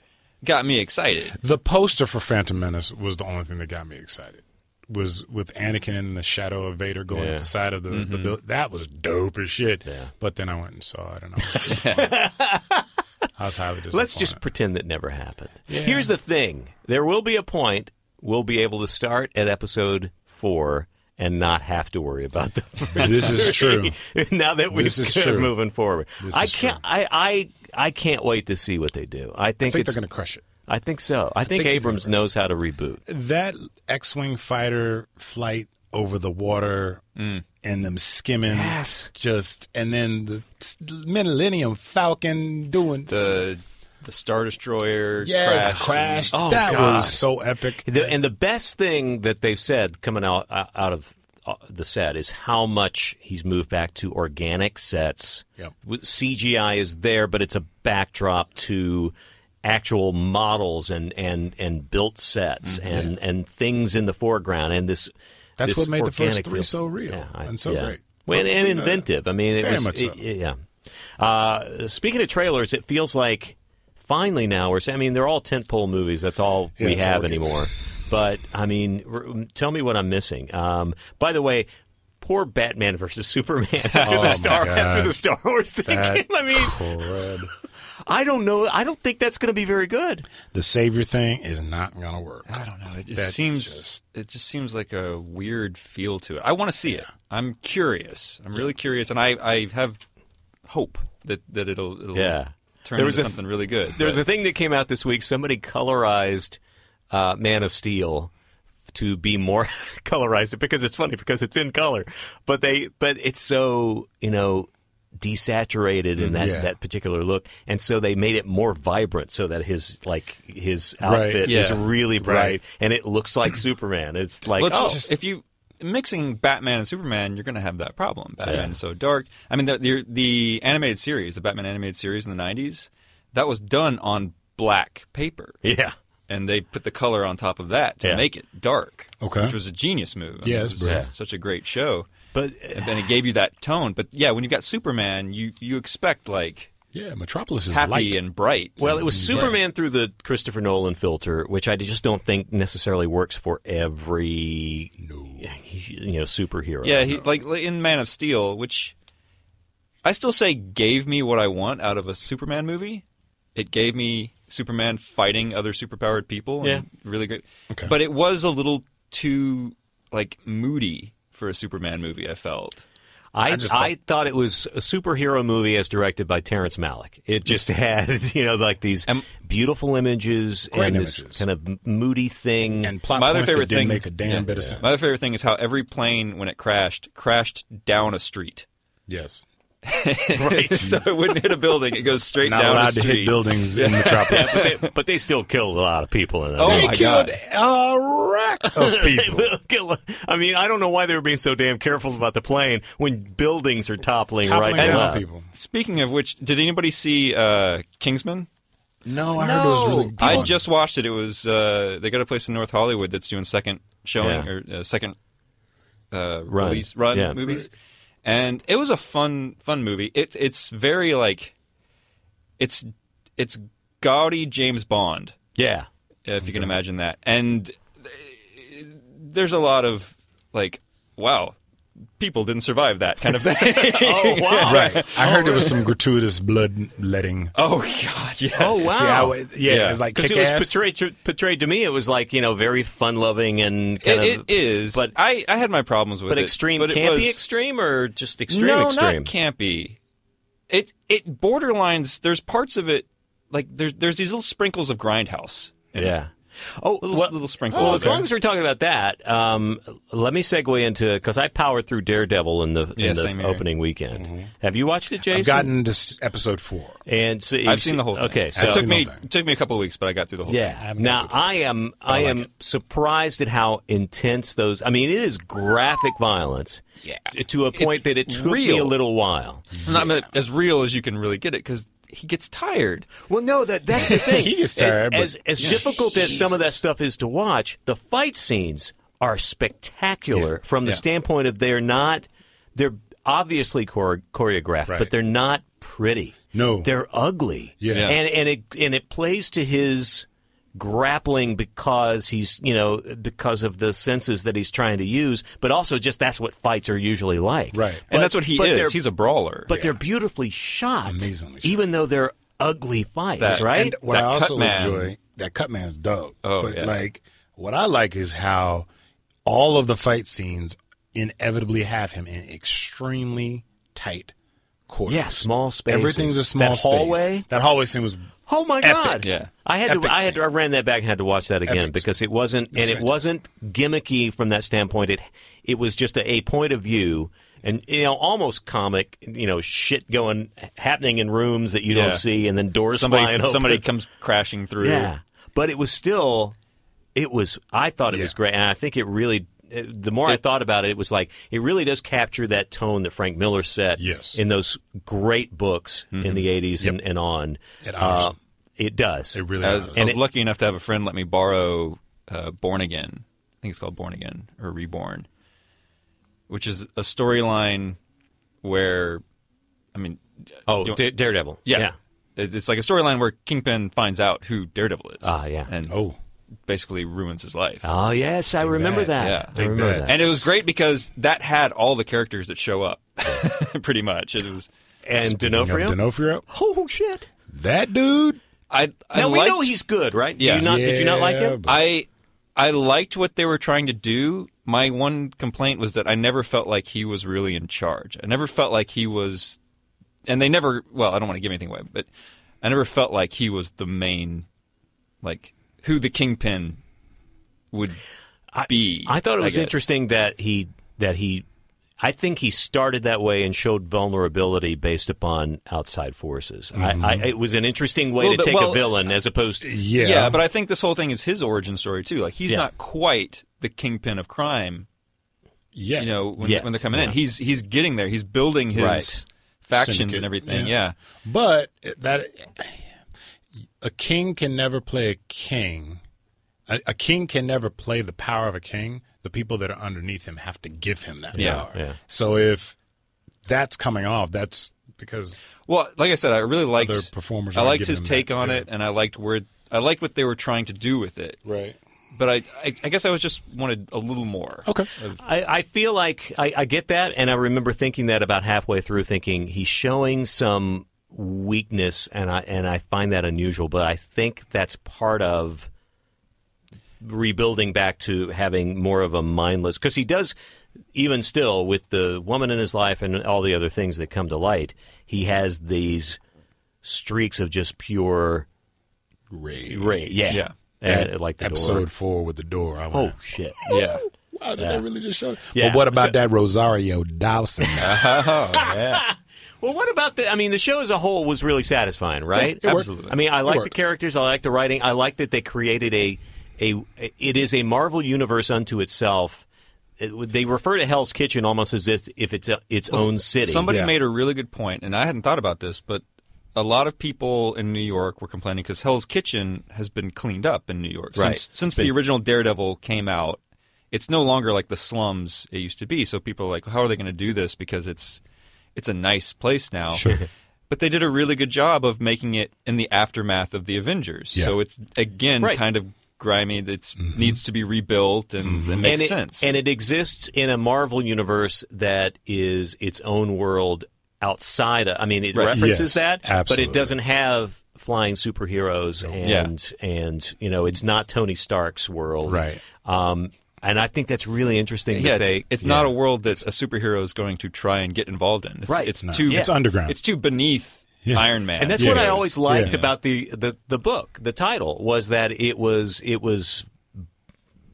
Speaker 3: got me excited.
Speaker 2: The poster for Phantom Menace was the only thing that got me excited. Was with Anakin in the shadow of Vader going
Speaker 1: Yeah. Mm-hmm.
Speaker 2: up the side of the, the building. That was dope as shit. But then I went and saw it, and I was disappointed. I was highly disappointed.
Speaker 1: Let's just pretend that never happened. Here's the thing: there will be a point we'll be able to start at episode four and not have to worry about the. First
Speaker 2: This is
Speaker 1: three. now that we've
Speaker 2: This is
Speaker 1: got
Speaker 2: true.
Speaker 1: moving forward,
Speaker 2: This
Speaker 1: I
Speaker 2: is
Speaker 1: can't.
Speaker 2: true.
Speaker 1: I, I I can't wait to see what they do. I
Speaker 2: I
Speaker 1: think,
Speaker 2: think
Speaker 1: it's.
Speaker 2: they're going to crush it.
Speaker 1: I think so. I think,
Speaker 2: think he's gonna
Speaker 1: Abrams
Speaker 2: crush
Speaker 1: knows how to reboot.
Speaker 2: That X-wing fighter flight over the water and them skimming,
Speaker 1: Mm. Yes.
Speaker 2: just and then the s- Millennium Falcon doing
Speaker 3: The the Star Destroyer.
Speaker 2: yes
Speaker 3: crashed.
Speaker 2: crash.
Speaker 1: Oh,
Speaker 2: that
Speaker 1: God.
Speaker 2: was so epic.
Speaker 1: The, and the best thing that they've said coming out uh, out of uh, the set is how much he's moved back to organic sets.
Speaker 2: Yep.
Speaker 1: With- CGI is there, but it's a backdrop to actual models and and and built sets and and things in the foreground and this.
Speaker 2: Mm, That's
Speaker 1: this
Speaker 2: what made the first
Speaker 1: organic
Speaker 2: three so real
Speaker 1: I-
Speaker 2: and so great.
Speaker 1: Well, and, and
Speaker 2: But, uh,
Speaker 1: inventive. I mean, it
Speaker 2: very
Speaker 1: was
Speaker 2: much so.
Speaker 1: it- it- yeah. Uh, speaking of trailers, it feels like finally now we're. I mean, they're all tentpole movies. That's all
Speaker 2: Yeah,
Speaker 1: we
Speaker 2: that's all
Speaker 1: have
Speaker 2: we're getting.
Speaker 1: anymore. But I mean, r- tell me what I'm missing. Um, by the way, poor Batman versus Superman after the
Speaker 2: Oh, my
Speaker 1: Star after
Speaker 2: God.
Speaker 1: the Star Wars thing
Speaker 2: That
Speaker 1: came. I mean,
Speaker 2: crud.
Speaker 1: I don't know. I don't think that's going to be very good.
Speaker 2: the savior thing is not going to work.
Speaker 3: I don't know. It just
Speaker 2: That
Speaker 3: seems
Speaker 2: just-
Speaker 3: it just seems like a weird feel to it. I want to see it. I'm curious. I'm really curious, and I, I have hope that, that it'll it'll
Speaker 1: Yeah.
Speaker 3: turn
Speaker 1: There was
Speaker 3: into
Speaker 1: a-
Speaker 3: something really good.
Speaker 1: There was a
Speaker 3: but-
Speaker 1: thing that came out this week. Somebody colorized uh, Man of Steel to be more colorized because it's funny because it's in color, but they but it's so you know desaturated in that,
Speaker 2: Yeah.
Speaker 1: that particular look, and so they made it more vibrant so that his like his
Speaker 2: Right,
Speaker 1: outfit is
Speaker 3: yeah.
Speaker 1: really bright
Speaker 2: Right.
Speaker 1: and it looks like Superman. It's like
Speaker 3: Well, it's
Speaker 1: oh
Speaker 3: just- if you mixing Batman and Superman, you're going to have that problem. Batman is so dark. I mean, the, the the animated series, the Batman animated series in the '90s, that was done on black paper.
Speaker 1: yeah.
Speaker 3: and they put the color on top of that to
Speaker 1: Yeah.
Speaker 3: make it dark.
Speaker 2: Okay.
Speaker 3: which was a genius move.
Speaker 2: Yeah,
Speaker 3: I mean, it
Speaker 2: that's
Speaker 3: was
Speaker 2: brilliant.
Speaker 3: such a great show.
Speaker 1: But- uh,
Speaker 3: and then it gave you that tone. But yeah, when you've got Superman, you you expect like
Speaker 2: Yeah, Metropolis is
Speaker 3: happy
Speaker 2: light.
Speaker 3: and bright.
Speaker 1: Well, it was Superman through the Christopher Nolan filter, which I just don't think necessarily works for every you know superhero.
Speaker 3: yeah, he, like like in Man of Steel, which I still say gave me what I want out of a Superman movie. It gave me Superman fighting other superpowered people. and really great.
Speaker 2: Okay.
Speaker 3: But it was a little too like moody for a Superman movie. I felt.
Speaker 1: I I,
Speaker 2: just thought-
Speaker 1: thought it was a superhero movie as directed by Terrence Malick. It just had you know like these
Speaker 3: And-
Speaker 1: beautiful images
Speaker 2: Great
Speaker 1: and this
Speaker 2: images.
Speaker 1: kind of m- moody thing.
Speaker 2: and plot
Speaker 3: My other
Speaker 2: points that
Speaker 3: favorite
Speaker 2: didn't
Speaker 3: thing-
Speaker 2: make a damn bit of sense.
Speaker 3: My other favorite thing is how every plane, when it crashed, crashed down a street.
Speaker 2: yes,
Speaker 3: Right. so it wouldn't hit a building; it goes straight
Speaker 2: not
Speaker 3: down
Speaker 2: allowed
Speaker 3: a
Speaker 2: to
Speaker 3: street.
Speaker 2: hit buildings in Metropolis.
Speaker 1: but, they, but they still killed a lot of people in that.
Speaker 3: Oh
Speaker 1: movie.
Speaker 2: they
Speaker 3: my
Speaker 2: killed
Speaker 3: God.
Speaker 2: a rack of
Speaker 1: They
Speaker 2: people.
Speaker 1: will kill- I mean, I don't know why they were being so damn careful about the plane when buildings are toppling,
Speaker 2: Toppling
Speaker 1: right
Speaker 2: down
Speaker 1: now.
Speaker 2: people.
Speaker 3: Speaking of which, did anybody see uh, Kingsman?
Speaker 2: No, I heard it was really.
Speaker 3: Oh, I
Speaker 2: fun.
Speaker 3: just watched it. It was uh, they got a place in North Hollywood that's doing second showing
Speaker 1: Yeah.
Speaker 3: or uh, second uh,
Speaker 1: Run.
Speaker 3: release run
Speaker 1: Yeah.
Speaker 3: movies, and it was a fun fun movie. It's it's very like it's it's gaudy James Bond.
Speaker 1: Yeah.
Speaker 3: if you can imagine that. And uh, there's a lot of like, wow, people didn't survive that kind of thing.
Speaker 1: Oh wow.
Speaker 2: right. I heard there was some gratuitous bloodletting.
Speaker 3: oh God, yes.
Speaker 1: Oh wow.
Speaker 2: See, I would- yeah,
Speaker 3: Yeah.
Speaker 2: it's like
Speaker 1: Because
Speaker 2: kick
Speaker 1: it was
Speaker 2: ass.
Speaker 1: portrayed to, portrayed to me, it was like you know very fun loving and
Speaker 3: It,
Speaker 1: kind of
Speaker 3: it is,
Speaker 1: but
Speaker 3: but I, I had my problems with
Speaker 1: but
Speaker 3: it.
Speaker 1: extreme
Speaker 3: but it
Speaker 1: campy
Speaker 3: was-
Speaker 1: extreme or just extreme
Speaker 3: no,
Speaker 1: extreme.
Speaker 3: not campy. It it borderlines. There's parts of it like there's there's these little sprinkles of grindhouse. in it.
Speaker 1: yeah. Oh,
Speaker 3: little,
Speaker 1: well-
Speaker 3: little sprinkles.
Speaker 1: Well,
Speaker 3: of
Speaker 1: as
Speaker 3: it.
Speaker 1: long as we're talking about that, um, let me segue into because I powered through Daredevil in the,
Speaker 3: Yeah,
Speaker 1: in
Speaker 3: same
Speaker 1: the
Speaker 3: here. Mm-hmm.
Speaker 1: opening weekend. Have you watched it, Jason?
Speaker 2: I've gotten this episode four.
Speaker 1: and so,
Speaker 3: I've seen the whole thing.
Speaker 1: Okay,
Speaker 3: it
Speaker 1: so
Speaker 3: took
Speaker 2: seen
Speaker 3: me
Speaker 2: the whole thing.
Speaker 3: took me a couple of weeks, but I got through the whole
Speaker 1: Yeah.
Speaker 3: thing.
Speaker 2: haven't
Speaker 1: now
Speaker 2: got to it.
Speaker 1: I am I,
Speaker 2: like
Speaker 1: am surprised at how intense those. I mean, it is graphic violence. Yeah. To a point that it took me a
Speaker 3: real.
Speaker 1: little while.
Speaker 3: Not as real as you can really get it because he gets tired.
Speaker 1: Well, no, that that's the thing.
Speaker 2: He gets tired,
Speaker 1: As,
Speaker 2: but-
Speaker 1: as, as difficult as some of that stuff is to watch, the fight scenes are spectacular from the
Speaker 2: Yeah.
Speaker 1: standpoint of they're not they're obviously chore- choreographed,
Speaker 2: Right.
Speaker 1: but they're not pretty.
Speaker 2: No.
Speaker 1: they're ugly.
Speaker 2: Yeah. Yeah.
Speaker 1: and and it and it plays to his grappling because he's you know because of the senses that he's trying to use but also just that's what fights are usually like
Speaker 2: Right.
Speaker 1: But-
Speaker 3: and that's what he
Speaker 1: but they're-
Speaker 3: is. He's a brawler.
Speaker 1: but they're beautifully shot,
Speaker 2: Amazingly shot.
Speaker 1: even though they're ugly fights,
Speaker 3: That-
Speaker 1: right?
Speaker 2: And what
Speaker 3: That
Speaker 2: I also
Speaker 3: cut man.
Speaker 2: enjoy that cut man's dope.
Speaker 3: Oh,
Speaker 2: but
Speaker 3: yeah.
Speaker 2: like what I like is how all of the fight scenes inevitably have him in extremely tight quarters.
Speaker 1: Yeah, small spaces.
Speaker 2: Everything's a small
Speaker 1: That
Speaker 2: space.
Speaker 1: hallway.
Speaker 2: That hallway scene was
Speaker 1: oh my
Speaker 2: Epic.
Speaker 1: god!
Speaker 3: Yeah.
Speaker 1: I had
Speaker 2: Epic
Speaker 1: to, I had to, I
Speaker 2: scene.
Speaker 1: ran that back and had to watch that again
Speaker 2: Epic.
Speaker 1: because it wasn't, and it
Speaker 2: fantastic.
Speaker 1: wasn't gimmicky from that standpoint. It it was just a, a point of view. And you know, almost comic, you know, shit going happening in rooms that you
Speaker 3: Yeah.
Speaker 1: don't see, and then doors flying
Speaker 3: somebody
Speaker 1: open.
Speaker 3: somebody comes crashing through.
Speaker 1: Yeah, but it was still, it was. I thought it was
Speaker 2: Yeah.
Speaker 1: great, and I think it really. uh, The more I thought about it, it was like it really does capture that tone that Frank Miller set
Speaker 2: Yes. Mm-hmm.
Speaker 1: in those great books in the '80s and, and on. Uh,
Speaker 2: It honors them.
Speaker 1: it does.
Speaker 2: it really
Speaker 3: I was,
Speaker 2: was.
Speaker 3: I was lucky enough to have a friend let me borrow uh, Born Again. I think it's called Born Again or Reborn, which is a storyline where, I mean,
Speaker 1: oh,
Speaker 3: do you-
Speaker 1: Da- Daredevil.
Speaker 3: yeah, It- it's like a storyline where Kingpin finds out who Daredevil is.
Speaker 1: Ah, yeah.
Speaker 3: and
Speaker 2: Oh.
Speaker 3: basically ruins his life.
Speaker 1: Oh yes, I remember
Speaker 2: that.
Speaker 1: that.
Speaker 3: Yeah.
Speaker 1: I
Speaker 3: Dig
Speaker 1: remember
Speaker 2: that.
Speaker 1: that.
Speaker 3: And it was great because that had all the characters that show up, pretty much. It was.
Speaker 1: And
Speaker 2: Speaking of
Speaker 1: D'Onofrio.
Speaker 2: D'Onofrio.
Speaker 1: Oh shit!
Speaker 2: That dude.
Speaker 3: I, I
Speaker 1: Now we
Speaker 3: liked-
Speaker 1: know he's good, right?
Speaker 3: Yeah.
Speaker 1: Did you not, did you not like
Speaker 2: Yeah,
Speaker 1: him?
Speaker 2: but-
Speaker 3: I I liked what they were trying to do. My one complaint was that I never felt like he was really in charge. I never felt like he was, and they never. Well, I don't want to give anything away, but I never felt like he was the main, like who the kingpin would be.
Speaker 1: I thought it was
Speaker 3: guess.
Speaker 1: interesting that he that he I think he started that way and showed vulnerability based upon outside forces. I, I, it was an interesting way
Speaker 3: Mm-hmm. Well,
Speaker 1: to
Speaker 3: but-
Speaker 1: take
Speaker 3: well,
Speaker 1: a villain as opposed to
Speaker 2: Yeah.
Speaker 3: Yeah, but I think this whole thing is his origin story too. Like he's
Speaker 1: Yeah.
Speaker 3: not quite the kingpin of crime.
Speaker 2: yeah.
Speaker 3: You know, when,
Speaker 1: Yet.
Speaker 3: when they're coming in,
Speaker 1: Yeah.
Speaker 3: he's he's getting there. He's building his
Speaker 1: Right.
Speaker 3: factions
Speaker 2: Syndicate,
Speaker 3: and everything. yeah.
Speaker 2: But that a king can never play a king. A, a king can never play the power of a king. The people that are underneath him have to give him that
Speaker 3: Yeah,
Speaker 2: power.
Speaker 1: yeah.
Speaker 2: So if that's coming off, that's because
Speaker 3: Well, like I said, I really liked
Speaker 2: Other performers
Speaker 3: I
Speaker 2: aren't
Speaker 3: liked
Speaker 2: giving
Speaker 3: his
Speaker 2: them
Speaker 3: take
Speaker 2: that,
Speaker 3: on
Speaker 2: yeah.
Speaker 3: it, and I liked where I liked what they were trying to do with it.
Speaker 2: right.
Speaker 3: But I, I, I guess I was just wanted a little more.
Speaker 2: Okay.
Speaker 1: I, I feel like I, I get that, and I remember thinking that about halfway through, thinking he's showing some weakness, and I and I find that unusual. But I think that's part of rebuilding back to having more of a mindless because he does even still with the woman in his life and all the other things that come to light he has these streaks of just pure
Speaker 2: Ray.
Speaker 1: rage yeah,
Speaker 3: Yeah.
Speaker 1: And, like the
Speaker 2: episode
Speaker 1: door
Speaker 2: four with the door. I
Speaker 1: oh
Speaker 2: went,
Speaker 1: shit
Speaker 3: Yeah,
Speaker 2: wow, did they really just show? It?
Speaker 1: Yeah.
Speaker 2: But what about that Rosario Dawson?
Speaker 1: Well, what about the? I mean, the show as a whole was really satisfying, right?
Speaker 2: Yeah, it worked.
Speaker 1: I mean, I like the
Speaker 2: worked.
Speaker 1: characters, I like the writing, I like that they created a a. It is a Marvel universe unto itself. It- they refer to Hell's Kitchen almost as if, if it's a, its own city.
Speaker 3: somebody
Speaker 2: Yeah.
Speaker 3: made a really good point, and I hadn't thought about this, but a lot of people in New York were complaining because Hell's Kitchen has been cleaned up in New York
Speaker 1: Right.
Speaker 3: since since the original Daredevil came out. It's no longer like the slums it used to be. So people are like, how are they going to do this? Because it's it's a nice place now. Sure. But they did a really good job of making it in the aftermath of the Avengers.
Speaker 2: Yeah. Mm-hmm.
Speaker 3: So it's again
Speaker 1: Right.
Speaker 3: kind of grimy. That needs to be rebuilt and that
Speaker 1: and
Speaker 3: makes
Speaker 1: it,
Speaker 3: sense.
Speaker 1: and it exists in a Marvel universe that is its own world outside. Of, I mean, it
Speaker 3: Right.
Speaker 1: references
Speaker 2: Yes,
Speaker 1: that, but
Speaker 2: absolutely.
Speaker 1: it doesn't have flying superheroes, and and you know, it's not Tony Stark's world,
Speaker 2: Right.
Speaker 1: Um, and I think that's really interesting
Speaker 3: yeah,
Speaker 1: that
Speaker 3: it's,
Speaker 1: they.
Speaker 3: it's not a world that a superhero is going to try and get involved in. It's,
Speaker 1: Right.
Speaker 3: It's
Speaker 1: No.
Speaker 3: too.
Speaker 1: It's
Speaker 2: underground.
Speaker 3: It's too beneath Iron Man.
Speaker 1: and that's
Speaker 2: Yeah.
Speaker 1: what I always liked
Speaker 2: Yeah.
Speaker 1: about the, the, the book, the title was that it was it was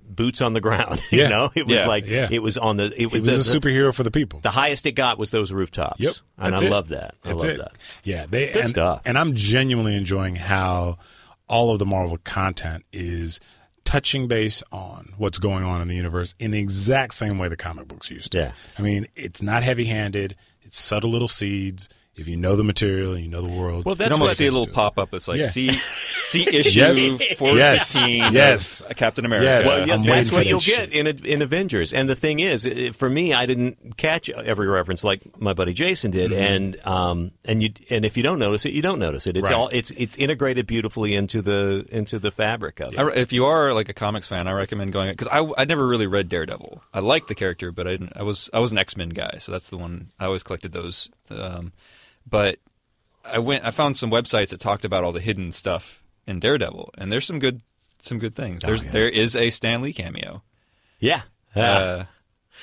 Speaker 1: boots on the ground. You
Speaker 2: Yeah.
Speaker 1: know, it was
Speaker 3: Yeah.
Speaker 1: like
Speaker 2: Yeah.
Speaker 1: it was on the it
Speaker 2: he
Speaker 1: was,
Speaker 2: was
Speaker 1: the,
Speaker 2: a superhero for the people.
Speaker 1: the highest it got was those rooftops.
Speaker 2: Yep,
Speaker 1: and
Speaker 2: that's
Speaker 1: I
Speaker 2: it.
Speaker 1: love that. I
Speaker 2: That's
Speaker 1: love
Speaker 2: it.
Speaker 1: that.
Speaker 2: Yeah, they
Speaker 1: Good
Speaker 2: and,
Speaker 1: stuff.
Speaker 2: and I'm genuinely enjoying how all of the Marvel content is touching base on what's going on in the universe in the exact same way the comic books used to.
Speaker 1: Yeah.
Speaker 2: I mean, it's not heavy-handed. It's subtle little seeds. if you know the material, you know the world.
Speaker 1: Well,
Speaker 3: You
Speaker 1: that's
Speaker 3: can almost
Speaker 1: what-
Speaker 3: see a little pop up. It's like
Speaker 2: Yeah.
Speaker 3: see see issue
Speaker 2: Yes. Yes.
Speaker 3: 415 of
Speaker 2: Yes.
Speaker 3: Captain America.
Speaker 2: Yes.
Speaker 1: Well,
Speaker 2: I'm
Speaker 1: yeah,
Speaker 2: waiting
Speaker 1: that's
Speaker 2: for
Speaker 1: what
Speaker 2: that
Speaker 1: you'll
Speaker 2: shit.
Speaker 1: get in Ad- in Avengers. And the thing is, i for me, I didn't catch every reference like my buddy Jason did.
Speaker 2: Mm-hmm.
Speaker 1: And um, and you and if you don't notice it, you don't notice it. It's
Speaker 2: Right.
Speaker 1: all it's it's integrated beautifully into the into the fabric of it.
Speaker 3: I re- if you are like a comics fan, I recommend going because I, I never really read Daredevil. I liked the character, but I didn't, I was I was an X Men guy, so that's the one I always collected those. Um, but I went I found some websites that talked about all the hidden stuff in Daredevil, and there's some good some good things.
Speaker 2: Oh,
Speaker 3: There's there is a Stan Lee cameo,
Speaker 1: Yeah.
Speaker 3: uh,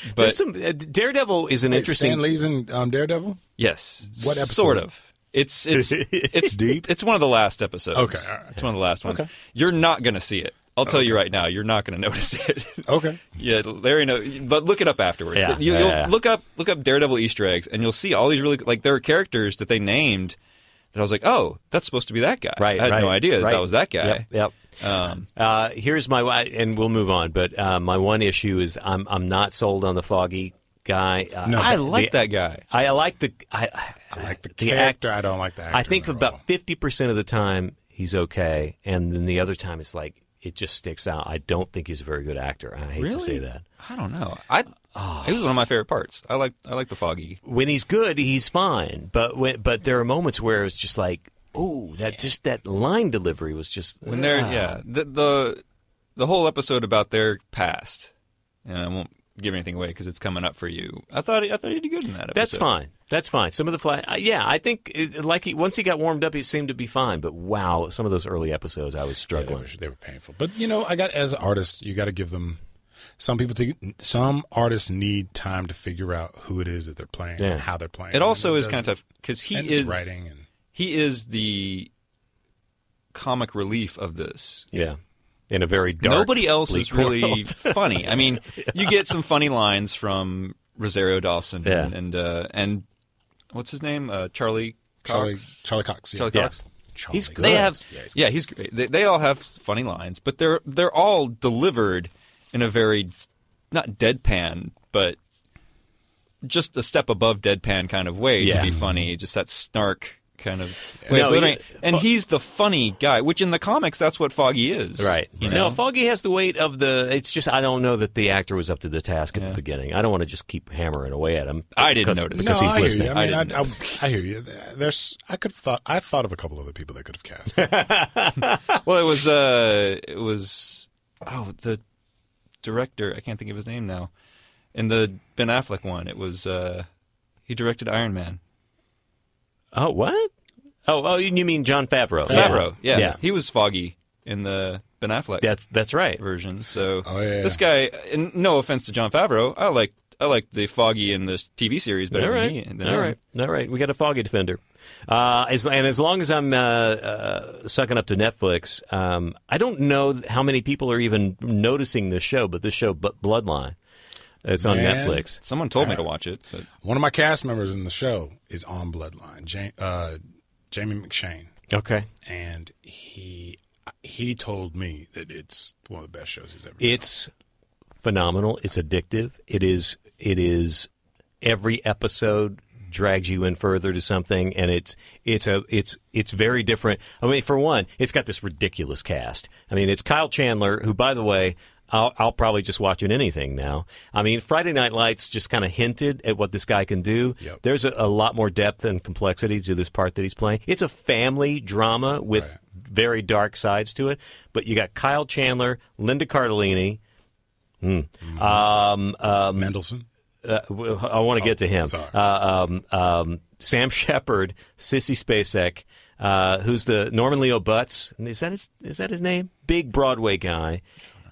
Speaker 1: There's
Speaker 3: but
Speaker 1: some, uh, Daredevil is an
Speaker 2: Wait,
Speaker 1: interesting.
Speaker 2: Stan Lee's in um, Daredevil.
Speaker 3: yes,
Speaker 2: What episode?
Speaker 3: Sort of. It's it's it's
Speaker 5: Deep?
Speaker 3: It's one of the last episodes.
Speaker 2: Okay, all right.
Speaker 3: it's one of the last ones. You're not gonna see it. I'll tell you right now, you're not going to notice it.
Speaker 2: Okay.
Speaker 3: Yeah, Larry. No, but look it up afterwards.
Speaker 1: Yeah,
Speaker 3: you,
Speaker 1: yeah,
Speaker 3: will
Speaker 1: yeah.
Speaker 3: look up look up Daredevil Easter eggs, and you'll see all these really like there are characters that they named that I was like, oh, that's supposed to be that guy.
Speaker 1: Right,
Speaker 3: I had no
Speaker 1: right,
Speaker 3: idea that,
Speaker 1: right.
Speaker 3: that was that guy.
Speaker 1: Yep. yep.
Speaker 3: Um,
Speaker 1: Uh, here's my and we'll move on. But uh, my one issue is I'm I'm not sold on the Foggy guy. Uh,
Speaker 2: No.
Speaker 3: I like
Speaker 1: the-
Speaker 3: that guy.
Speaker 1: I like the I,
Speaker 2: I like the
Speaker 1: The act-
Speaker 2: character. I don't like the actor.
Speaker 1: I think
Speaker 2: in the role.
Speaker 1: about fifty percent of the time he's okay, and then the other time it's like it just sticks out. I don't think he's a very good actor. I hate to say that.
Speaker 3: I don't know. I he was one of my favorite parts. I like I like the Foggy.
Speaker 1: When he's good, he's fine. But when, but there are moments where it's just like, oh, that just that line delivery was just
Speaker 3: When they're yeah the, the the whole episode about their past, and I won't give anything away because it's coming up for you. I thought he- I thought he did good in that. episode.
Speaker 1: That's fine. That's fine. Some of the flash, uh, yeah, I think it, like he, once he got warmed up, he seemed to be fine. But wow, some of those early episodes, I was
Speaker 2: they
Speaker 1: struggling.
Speaker 2: were, they were painful. But you know, I got as an artist, you got to give them. Some people, take, some artists need time to figure out who it is that they're playing,
Speaker 1: Yeah.
Speaker 2: and how they're playing.
Speaker 3: It also
Speaker 2: And
Speaker 3: is kind of
Speaker 2: doesn't-
Speaker 3: tough because he
Speaker 2: and
Speaker 3: is
Speaker 2: it's writing and
Speaker 3: he is the comic relief of this.
Speaker 1: yeah, in a very dark.
Speaker 3: Nobody else is
Speaker 1: bleak
Speaker 3: really
Speaker 1: world.
Speaker 3: funny. I mean, you get some funny lines from Rosario Dawson
Speaker 1: Yeah.
Speaker 3: and and, uh, and what's his name, uh, Charlie Cox.
Speaker 2: Charlie Charlie Cox. Yeah.
Speaker 3: Charlie
Speaker 1: Yeah.
Speaker 3: Cox.
Speaker 2: Charlie
Speaker 1: He's
Speaker 2: Cox.
Speaker 1: good.
Speaker 3: They have
Speaker 2: Yeah,
Speaker 3: yeah,
Speaker 2: he's
Speaker 3: he's, great. They, they all have funny lines, but they're they're all delivered in a very not deadpan, but just a step above deadpan kind of way
Speaker 1: Yeah.
Speaker 3: to be funny. Just that snark kind of
Speaker 1: Yeah.
Speaker 3: way
Speaker 1: No,
Speaker 3: of delivering
Speaker 1: he-
Speaker 3: it. and he's the funny guy, which in the comics that's what Foggy is,
Speaker 1: right.
Speaker 3: You
Speaker 1: No,
Speaker 3: know,
Speaker 1: Foggy has the weight of the. It's just I don't know that the actor was up to the task at the beginning. I don't want to just keep hammering away at him.
Speaker 3: I didn't
Speaker 1: because-
Speaker 3: notice.
Speaker 1: because
Speaker 2: no,
Speaker 1: he's
Speaker 2: I hear
Speaker 1: listening.
Speaker 2: you. I mean,
Speaker 3: I
Speaker 2: I, I,
Speaker 3: didn't.
Speaker 2: I hear you. There's, I could have thought, I thought of a couple other people that could have cast.
Speaker 3: well, it was uh, it was oh the director. I can't think of his name now. In the Ben Affleck one, it was uh, he directed Iron Man.
Speaker 1: Oh what? Oh oh, you mean John Favreau?
Speaker 3: Favreau. Yeah.
Speaker 1: yeah.
Speaker 3: he was Foggy in the Ben Affleck
Speaker 1: That's that's right.
Speaker 3: version. So
Speaker 2: Oh, yeah,
Speaker 3: this
Speaker 2: yeah.
Speaker 3: guy, and no offense to John Favreau, I like I like the Foggy in this TV series better
Speaker 1: All
Speaker 3: than
Speaker 1: right.
Speaker 3: he. Than
Speaker 1: All
Speaker 3: him.
Speaker 1: right. All right. We got a foggy defender. Uh, as, and as long as I'm uh, uh, sucking up to Netflix, um, I don't know th- how many people are even noticing this show, but this show, B- Bloodline, it's on
Speaker 2: Man.
Speaker 1: Netflix.
Speaker 3: Someone told me to watch it. But
Speaker 2: One of my cast members in the show is on Bloodline, ja- uh, Jamie McShane,
Speaker 1: Okay.
Speaker 2: and he he told me that it's one of the best shows he's ever. done.
Speaker 1: It's phenomenal. It's addictive. It is. It is. Every episode drags you in further to something, and it's it's a it's it's very different. I mean, for one, it's got this ridiculous cast. I mean, it's Kyle Chandler, who, by the way. I'll, I'll probably just watch in anything now. I mean, Friday Night Lights just kind of hinted at what this guy can do.
Speaker 2: Yep.
Speaker 1: There's a, a lot more depth and complexity to this part that he's playing. It's a family drama with very dark sides to it. But you got Kyle Chandler, Linda Cardellini,
Speaker 2: Mendelsohn.
Speaker 1: uh, w- I want to get to him.
Speaker 2: sorry.
Speaker 1: Uh, um, um, Sam Shepard, Sissy Spacek, uh, who's the Norman Leo Butts. Is that his? Is that his name? Big Broadway guy,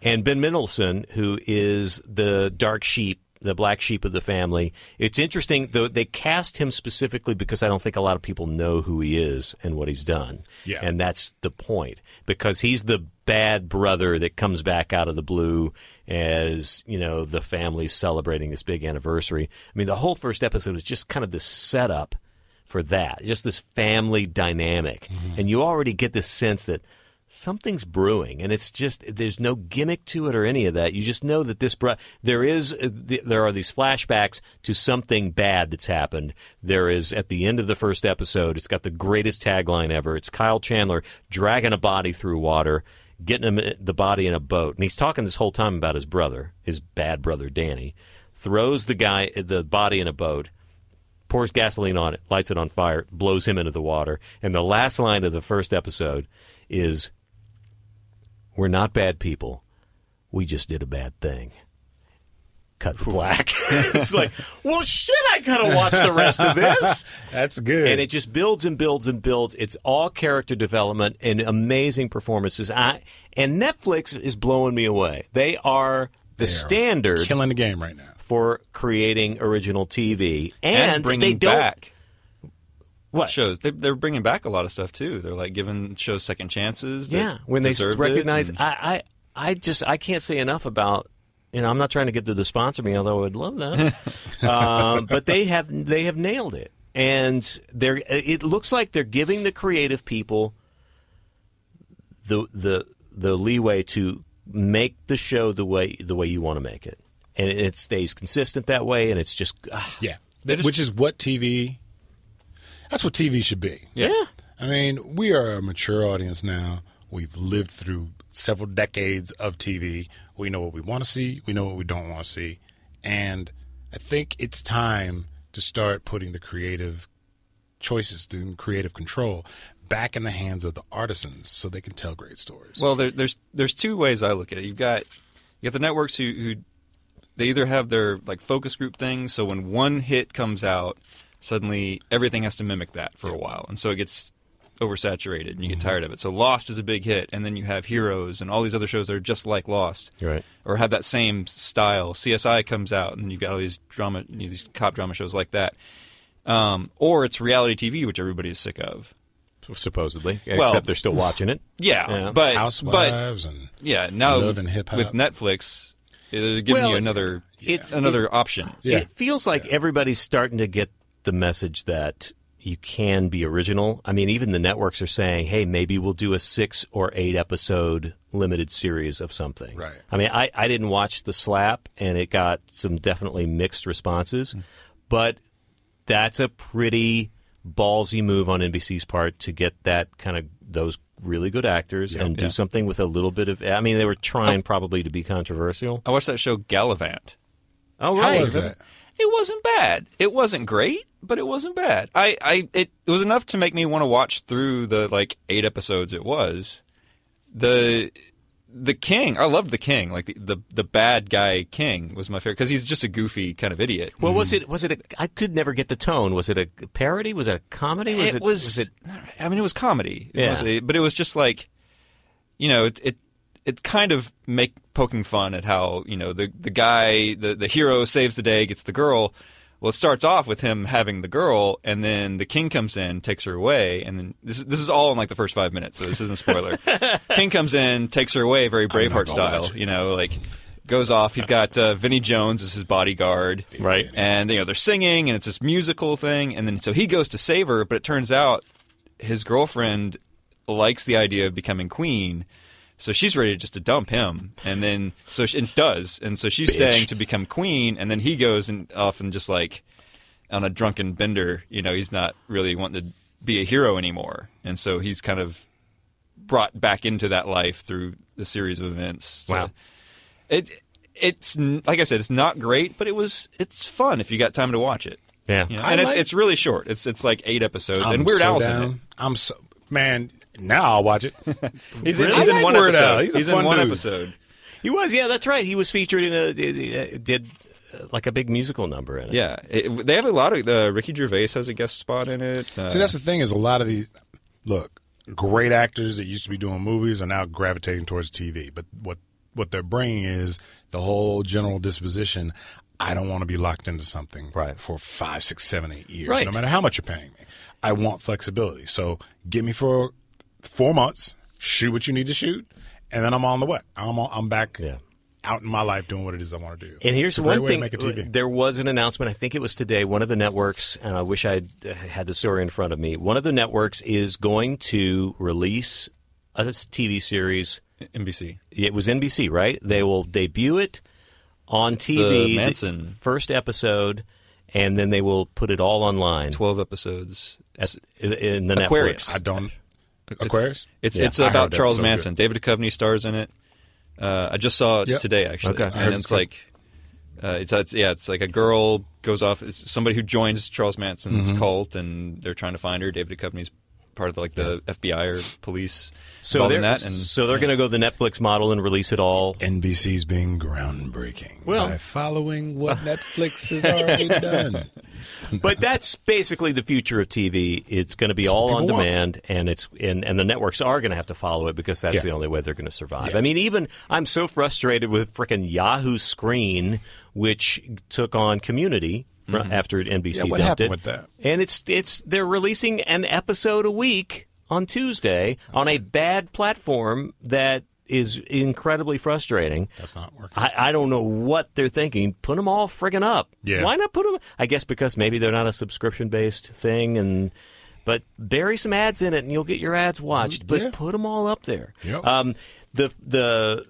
Speaker 1: and Ben Mendelsohn, who is the dark sheep. The black sheep of the family. It's interesting, though. They cast him specifically because I don't think a lot of people know who he is and what he's done.
Speaker 2: Yeah.
Speaker 1: And that's the point because he's the bad brother that comes back out of the blue as, you know, the family's celebrating this big anniversary. I mean, the whole first episode is just kind of this setup for that, just this family dynamic. And you already get this sense that something's brewing, and it's just there's no gimmick to it or any of that. You just know that this bro- there is uh, th- there are these flashbacks to something bad that's happened. There is at the end of the first episode, it's got the greatest tagline ever. It's Kyle Chandler dragging a body through water. Getting him, uh, the body in a boat, and he's talking this whole time about his brother, his bad brother Danny. Throws the guy, uh, the body in a boat, pours gasoline on it, lights it on fire, blows him into the water. And the last line of the first episode is We're not bad people. We just did a bad thing. Cut to black. it's like, well, shit, I got to watch the rest of this.
Speaker 2: That's good.
Speaker 1: And it just builds and builds and builds. It's all character development and amazing performances. I, and Netflix is blowing me away. They are the standard
Speaker 2: killing the game right now.
Speaker 1: for creating original TV. And,
Speaker 3: bringing
Speaker 1: they don't,
Speaker 3: back
Speaker 1: what?
Speaker 3: shows. They, they're bringing back a lot of stuff too. They're like giving shows second chances. that
Speaker 1: yeah when they s-
Speaker 3: deserved it,
Speaker 1: recognize
Speaker 3: and-
Speaker 1: I, I i just i can't say enough about you know i'm not trying to get them to sponsor me although i would love that um, but they have they have nailed it and they're it looks like they're giving the creative people the the the leeway to make the show the way the way you want to make it and it, it stays consistent that way and it's just ah,
Speaker 2: Yeah, which is what TV. That's what TV should be.
Speaker 1: yeah
Speaker 2: I mean, we are a mature audience now. We've lived through several decades of TV. We know what we want to see, we know what we don't want to see. And I think it's time to start putting the creative choices and creative control back in the hands of the artisans so they can tell great stories.
Speaker 3: Well, there, there's there's two ways I look at it. You've got you got the networks who, who they either have their like focus group things, so when one hit comes out, suddenly everything has to mimic that for a while, and so it gets oversaturated and you
Speaker 1: Mm-hmm.
Speaker 3: get tired of it. So Lost is a big hit, and then you have Heroes and all these other shows that are just like Lost,
Speaker 1: Right.
Speaker 3: Or have that same style. CSI comes out, and then you've got all these drama, you know, these cop drama shows like that. Um, or it's reality TV, which everybody is sick of.
Speaker 1: supposedly
Speaker 3: Well-
Speaker 1: except they're still watching it
Speaker 3: Yeah,
Speaker 1: Yeah.
Speaker 3: but but
Speaker 2: Housewives and
Speaker 3: yeah, now
Speaker 2: Love and Hip Hop.
Speaker 3: with Netflix, they're giving
Speaker 1: Well,
Speaker 3: you another
Speaker 1: it's-
Speaker 3: it's another option.
Speaker 2: Yeah.
Speaker 1: It feels like everybody's starting to get the message that you can be original. I mean, even the networks are saying, hey, maybe we'll do a six or eight episode limited series of something.
Speaker 2: Right.
Speaker 1: I mean, I, I didn't watch The Slap, and it got some definitely mixed
Speaker 2: Hmm.
Speaker 1: responses, but that's a pretty ballsy move on NBC's part to get that kind of those really good actors and do something with a little bit of. I mean, they were trying
Speaker 2: Oh.
Speaker 1: probably to be controversial.
Speaker 3: I watched that show Gallivant.
Speaker 1: Oh,
Speaker 2: how
Speaker 1: right.
Speaker 2: was that?
Speaker 3: It wasn't bad. It wasn't great, but it wasn't bad. I, I it, it was enough to make me want to watch through the like eight episodes it was. The the king, I loved the king. Like the the, the bad guy king was my favorite because he's just a goofy kind of idiot.
Speaker 1: Well, was it was it? A, I could never get the tone. Was it a parody? Was it a comedy? Was it, was it
Speaker 3: I mean, it was comedy. It
Speaker 1: Yeah.
Speaker 3: was a- but it was just like, you know, it it it kind of make poking fun at how you know the the guy the the hero saves the day gets the girl. Well, it starts off with him having the girl, and then the king comes in, takes her away, and then this is- this is all in like the first five minutes, so this isn't a spoiler. king comes in, takes her away, very Braveheart
Speaker 2: gonna watch
Speaker 3: style,
Speaker 2: it.
Speaker 3: you know, like goes off. He's got uh, Vinnie Jones as his bodyguard,
Speaker 1: Right.
Speaker 3: and you know they're singing and it's this musical thing and then so he goes to save her but it turns out his girlfriend likes the idea of becoming queen so she's ready just to dump him and then so she and does and so she's staying to become queen and then he goes and off and just like on a drunken bender you know he's not really wanting to be a hero anymore and so he's kind of brought back into that life through a series of events So
Speaker 1: Wow.
Speaker 3: it it's n- like I said, it's not great, but it was it's fun if you got time to watch it.
Speaker 1: Yeah.
Speaker 3: You know,
Speaker 2: I
Speaker 3: and
Speaker 2: like-
Speaker 3: it's it's really short. It's it's like eight episodes,
Speaker 2: I'm
Speaker 3: and Weird
Speaker 2: so
Speaker 3: Al's in
Speaker 2: down. I'm so man. Now I'll watch it.
Speaker 3: it. He's in,
Speaker 2: Really?
Speaker 3: he's
Speaker 2: I
Speaker 3: in
Speaker 2: like
Speaker 3: one
Speaker 2: Weird Al.
Speaker 3: episode.
Speaker 2: He's a
Speaker 3: in
Speaker 2: fun
Speaker 3: one
Speaker 2: dude.
Speaker 3: episode.
Speaker 1: He was. Yeah, that's right. He was featured in a uh, did uh, like a big musical number in it.
Speaker 3: Yeah, It- they have a lot of the Ricky Gervais has a guest spot in it. Uh,
Speaker 2: See, that's the thing is a lot of these look great actors that used to be doing movies are now gravitating towards TV. But what what they're bringing is the whole general disposition. I don't want to be locked into something
Speaker 1: Right.
Speaker 2: for five, six, seven, eight years,
Speaker 1: Right.
Speaker 2: no matter how much you're paying me. I want flexibility. So give me for four months, shoot what you need to shoot, and then I'm on the way. I'm on, I'm back
Speaker 1: Yeah.
Speaker 2: out in my life doing what it is I want to do.
Speaker 1: And here's
Speaker 2: It's a great
Speaker 1: one
Speaker 2: way
Speaker 1: thing:
Speaker 2: to make a TV.
Speaker 1: there was an announcement. I think it was today. One of the networks, and I uh, wish I had the story in front of me. One of the networks is going to release a TV series.
Speaker 3: NBC.
Speaker 1: It was NBC, right? They will debut it on TV.
Speaker 3: the Manson.
Speaker 1: first episode, and then they will put it all online.
Speaker 3: 12 episodes.
Speaker 1: at-
Speaker 3: It's
Speaker 1: in the
Speaker 3: Aquarius.
Speaker 1: Netflix.
Speaker 2: I don't. Aquarius?
Speaker 3: it's,
Speaker 1: Yeah,
Speaker 3: it's
Speaker 2: I heard
Speaker 3: about
Speaker 2: that's
Speaker 3: Charles
Speaker 2: so good.
Speaker 3: Manson. David Duchovny stars in it. Uh, I just saw it
Speaker 2: Yep.
Speaker 3: today actually,
Speaker 1: Okay. I
Speaker 3: and
Speaker 2: heard
Speaker 3: it's
Speaker 2: it's good.
Speaker 3: like uh, it's, it's yeah, it's like a girl goes off. It's somebody who joins Charles Manson's
Speaker 2: Mm-hmm.
Speaker 3: cult, and they're trying to find her. David Duchovny's part of the, like the FBI or police
Speaker 1: So
Speaker 3: involved
Speaker 1: they're,
Speaker 3: in that, and
Speaker 1: so they're going to go the Netflix model and release it all.
Speaker 2: NBC's being groundbreaking
Speaker 1: Well- uh,
Speaker 2: by following what Netflix has already done.
Speaker 1: But that's basically the future of TV. It's going to be all
Speaker 2: what
Speaker 1: on
Speaker 2: people want.
Speaker 1: demand, and it's and, and the networks are going to have to follow it because that's
Speaker 2: Yeah.
Speaker 1: the only way they're going to survive. I mean, even I'm so frustrated with frickin' Yahoo Screen, which took on Community fr- after NBC
Speaker 2: Mm-hmm. Yeah, what
Speaker 1: dumped
Speaker 2: happened
Speaker 1: it,
Speaker 2: with that?
Speaker 1: and it's it's they're releasing an episode a week on Tuesday on a bad platform that is incredibly frustrating.
Speaker 2: That's not working.
Speaker 1: I, I don't know what they're thinking. Put them all friggin' up.
Speaker 2: Yeah.
Speaker 1: Why not put them? I guess because maybe they're not a subscription based thing, and but bury some ads in it, and you'll get your ads watched. But
Speaker 2: yeah.
Speaker 1: put them all up there.
Speaker 2: Yep.
Speaker 1: Um, the the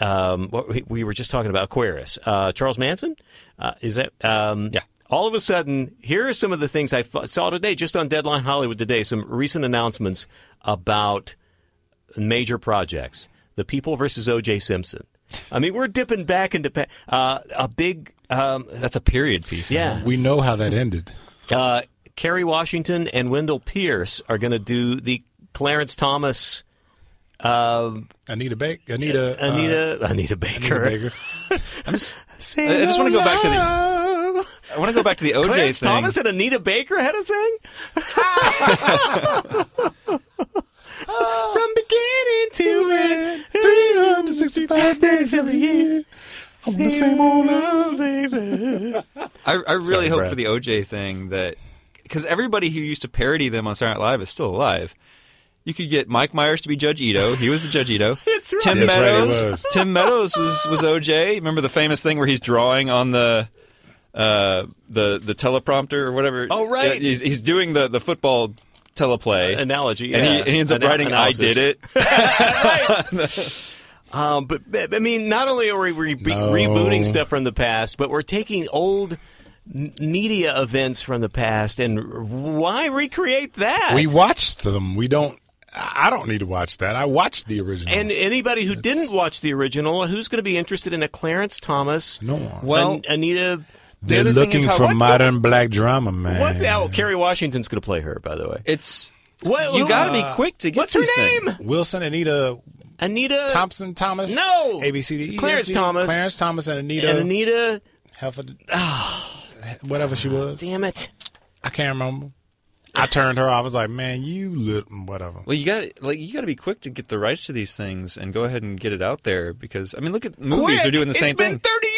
Speaker 1: um, what we, we were just talking about Aquarius. Uh, Charles Manson uh, is that? Um,
Speaker 3: Yeah.
Speaker 1: All of a sudden, here are some of the things I f- saw today, just on Deadline Hollywood today. Some recent announcements about major projects: The People versus O.J. Simpson. I mean, we're dipping back into pa- uh, a big. Um,
Speaker 3: that's a period piece. man.
Speaker 1: yeah,
Speaker 2: we know how that ended.
Speaker 1: uh, Kerry Washington and Wendell Pierce are going to do the Clarence Thomas
Speaker 2: Anita Baker. Anita. uh,
Speaker 1: Anita Anita Baker.
Speaker 2: Anita Baker.
Speaker 1: Say
Speaker 3: I- I just wanna
Speaker 1: no
Speaker 3: go back to the-
Speaker 1: love.
Speaker 3: I want to go back to the OJ
Speaker 1: Clarence
Speaker 3: thing.
Speaker 1: Thomas and Anita Baker had a thing? From beginning to end,
Speaker 2: 365 days of the year. On the same old love.
Speaker 3: I, I really
Speaker 1: Sorry,
Speaker 3: hope
Speaker 1: Brad.
Speaker 3: for the OJ thing that because everybody who used to parody them on Saturday Night Live is still alive. You could get Mike Myers to be Judge Ito. He was the Judge Ito.
Speaker 1: That's right.
Speaker 3: Tim
Speaker 2: That's right, he
Speaker 3: Meadows.
Speaker 2: was.
Speaker 3: Tim Meadows was, was OJ. Remember the famous thing where he's drawing on the uh, the the teleprompter or whatever.
Speaker 1: Oh, right.
Speaker 3: Yeah, He's, he's doing the the football teleplay
Speaker 1: Analogy,
Speaker 3: and he,
Speaker 1: yeah.
Speaker 3: and he ends up
Speaker 1: Ana-
Speaker 3: writing
Speaker 1: analysis.
Speaker 3: "I did it."
Speaker 1: Um, but, but I mean, not only are we re- be- rebooting stuff from the past, but we're taking old n- media events from the past, and why recreate that?
Speaker 2: We watched them. We don't. I don't need to watch that. I watched the original.
Speaker 1: and anybody who didn't watch the original, who's going to be interested in a Clarence Thomas?
Speaker 2: No one.
Speaker 1: Well, Anita.
Speaker 2: They're
Speaker 3: other thing
Speaker 2: looking
Speaker 3: is how-
Speaker 2: for
Speaker 3: what's the-
Speaker 2: modern black drama, man.
Speaker 1: What's out? Carrie Washington's going to play her, by the way.
Speaker 3: It's
Speaker 1: What-
Speaker 3: you
Speaker 1: who-
Speaker 3: got to be quick to get
Speaker 1: Ah. What's her
Speaker 3: these
Speaker 1: name?
Speaker 3: things.
Speaker 2: Wilson, Anita,
Speaker 1: Anita
Speaker 2: Thompson, Thomas.
Speaker 1: no.
Speaker 2: ABCD.
Speaker 1: Clarence Thomas.
Speaker 2: E Clarence Thomas and Anita.
Speaker 1: and Anita.
Speaker 2: Halford- whatever she was.
Speaker 1: Damn it!
Speaker 2: I can't remember. I turned her off. I was like, man, you little whatever.
Speaker 3: Well, you got like you got to be quick to get the rights to these things and go ahead and get it out there because I mean, look at movies
Speaker 1: Quick!
Speaker 3: are doing the
Speaker 1: It's
Speaker 3: same
Speaker 1: been
Speaker 3: thing.
Speaker 1: Thirty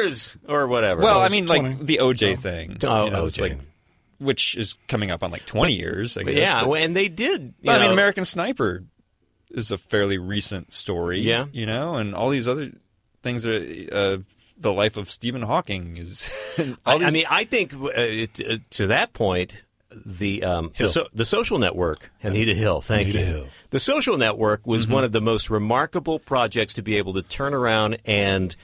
Speaker 1: years or whatever.
Speaker 3: well, I
Speaker 2: it's
Speaker 3: mean,
Speaker 2: 20,
Speaker 3: like the OJ thing,
Speaker 1: Oh,
Speaker 3: you know, it's
Speaker 1: OJ.
Speaker 3: like which is coming up on like twenty years, I guess.
Speaker 1: yeah,
Speaker 3: but-
Speaker 1: well, and they did. you
Speaker 3: but, I mean,
Speaker 1: know.
Speaker 3: American Sniper is a fairly recent story,
Speaker 1: Yeah.
Speaker 3: you know, and all these other things are uh, the life of Stephen Hawking is. all
Speaker 1: I
Speaker 3: these,
Speaker 1: mean, I think uh, it, uh, to that point, the um, the,
Speaker 2: Hill.
Speaker 1: so, the Social Network, Anita Hill, thank
Speaker 2: Anita
Speaker 1: you.
Speaker 2: Hill.
Speaker 1: The Social Network was one of the most remarkable projects to be able to turn around and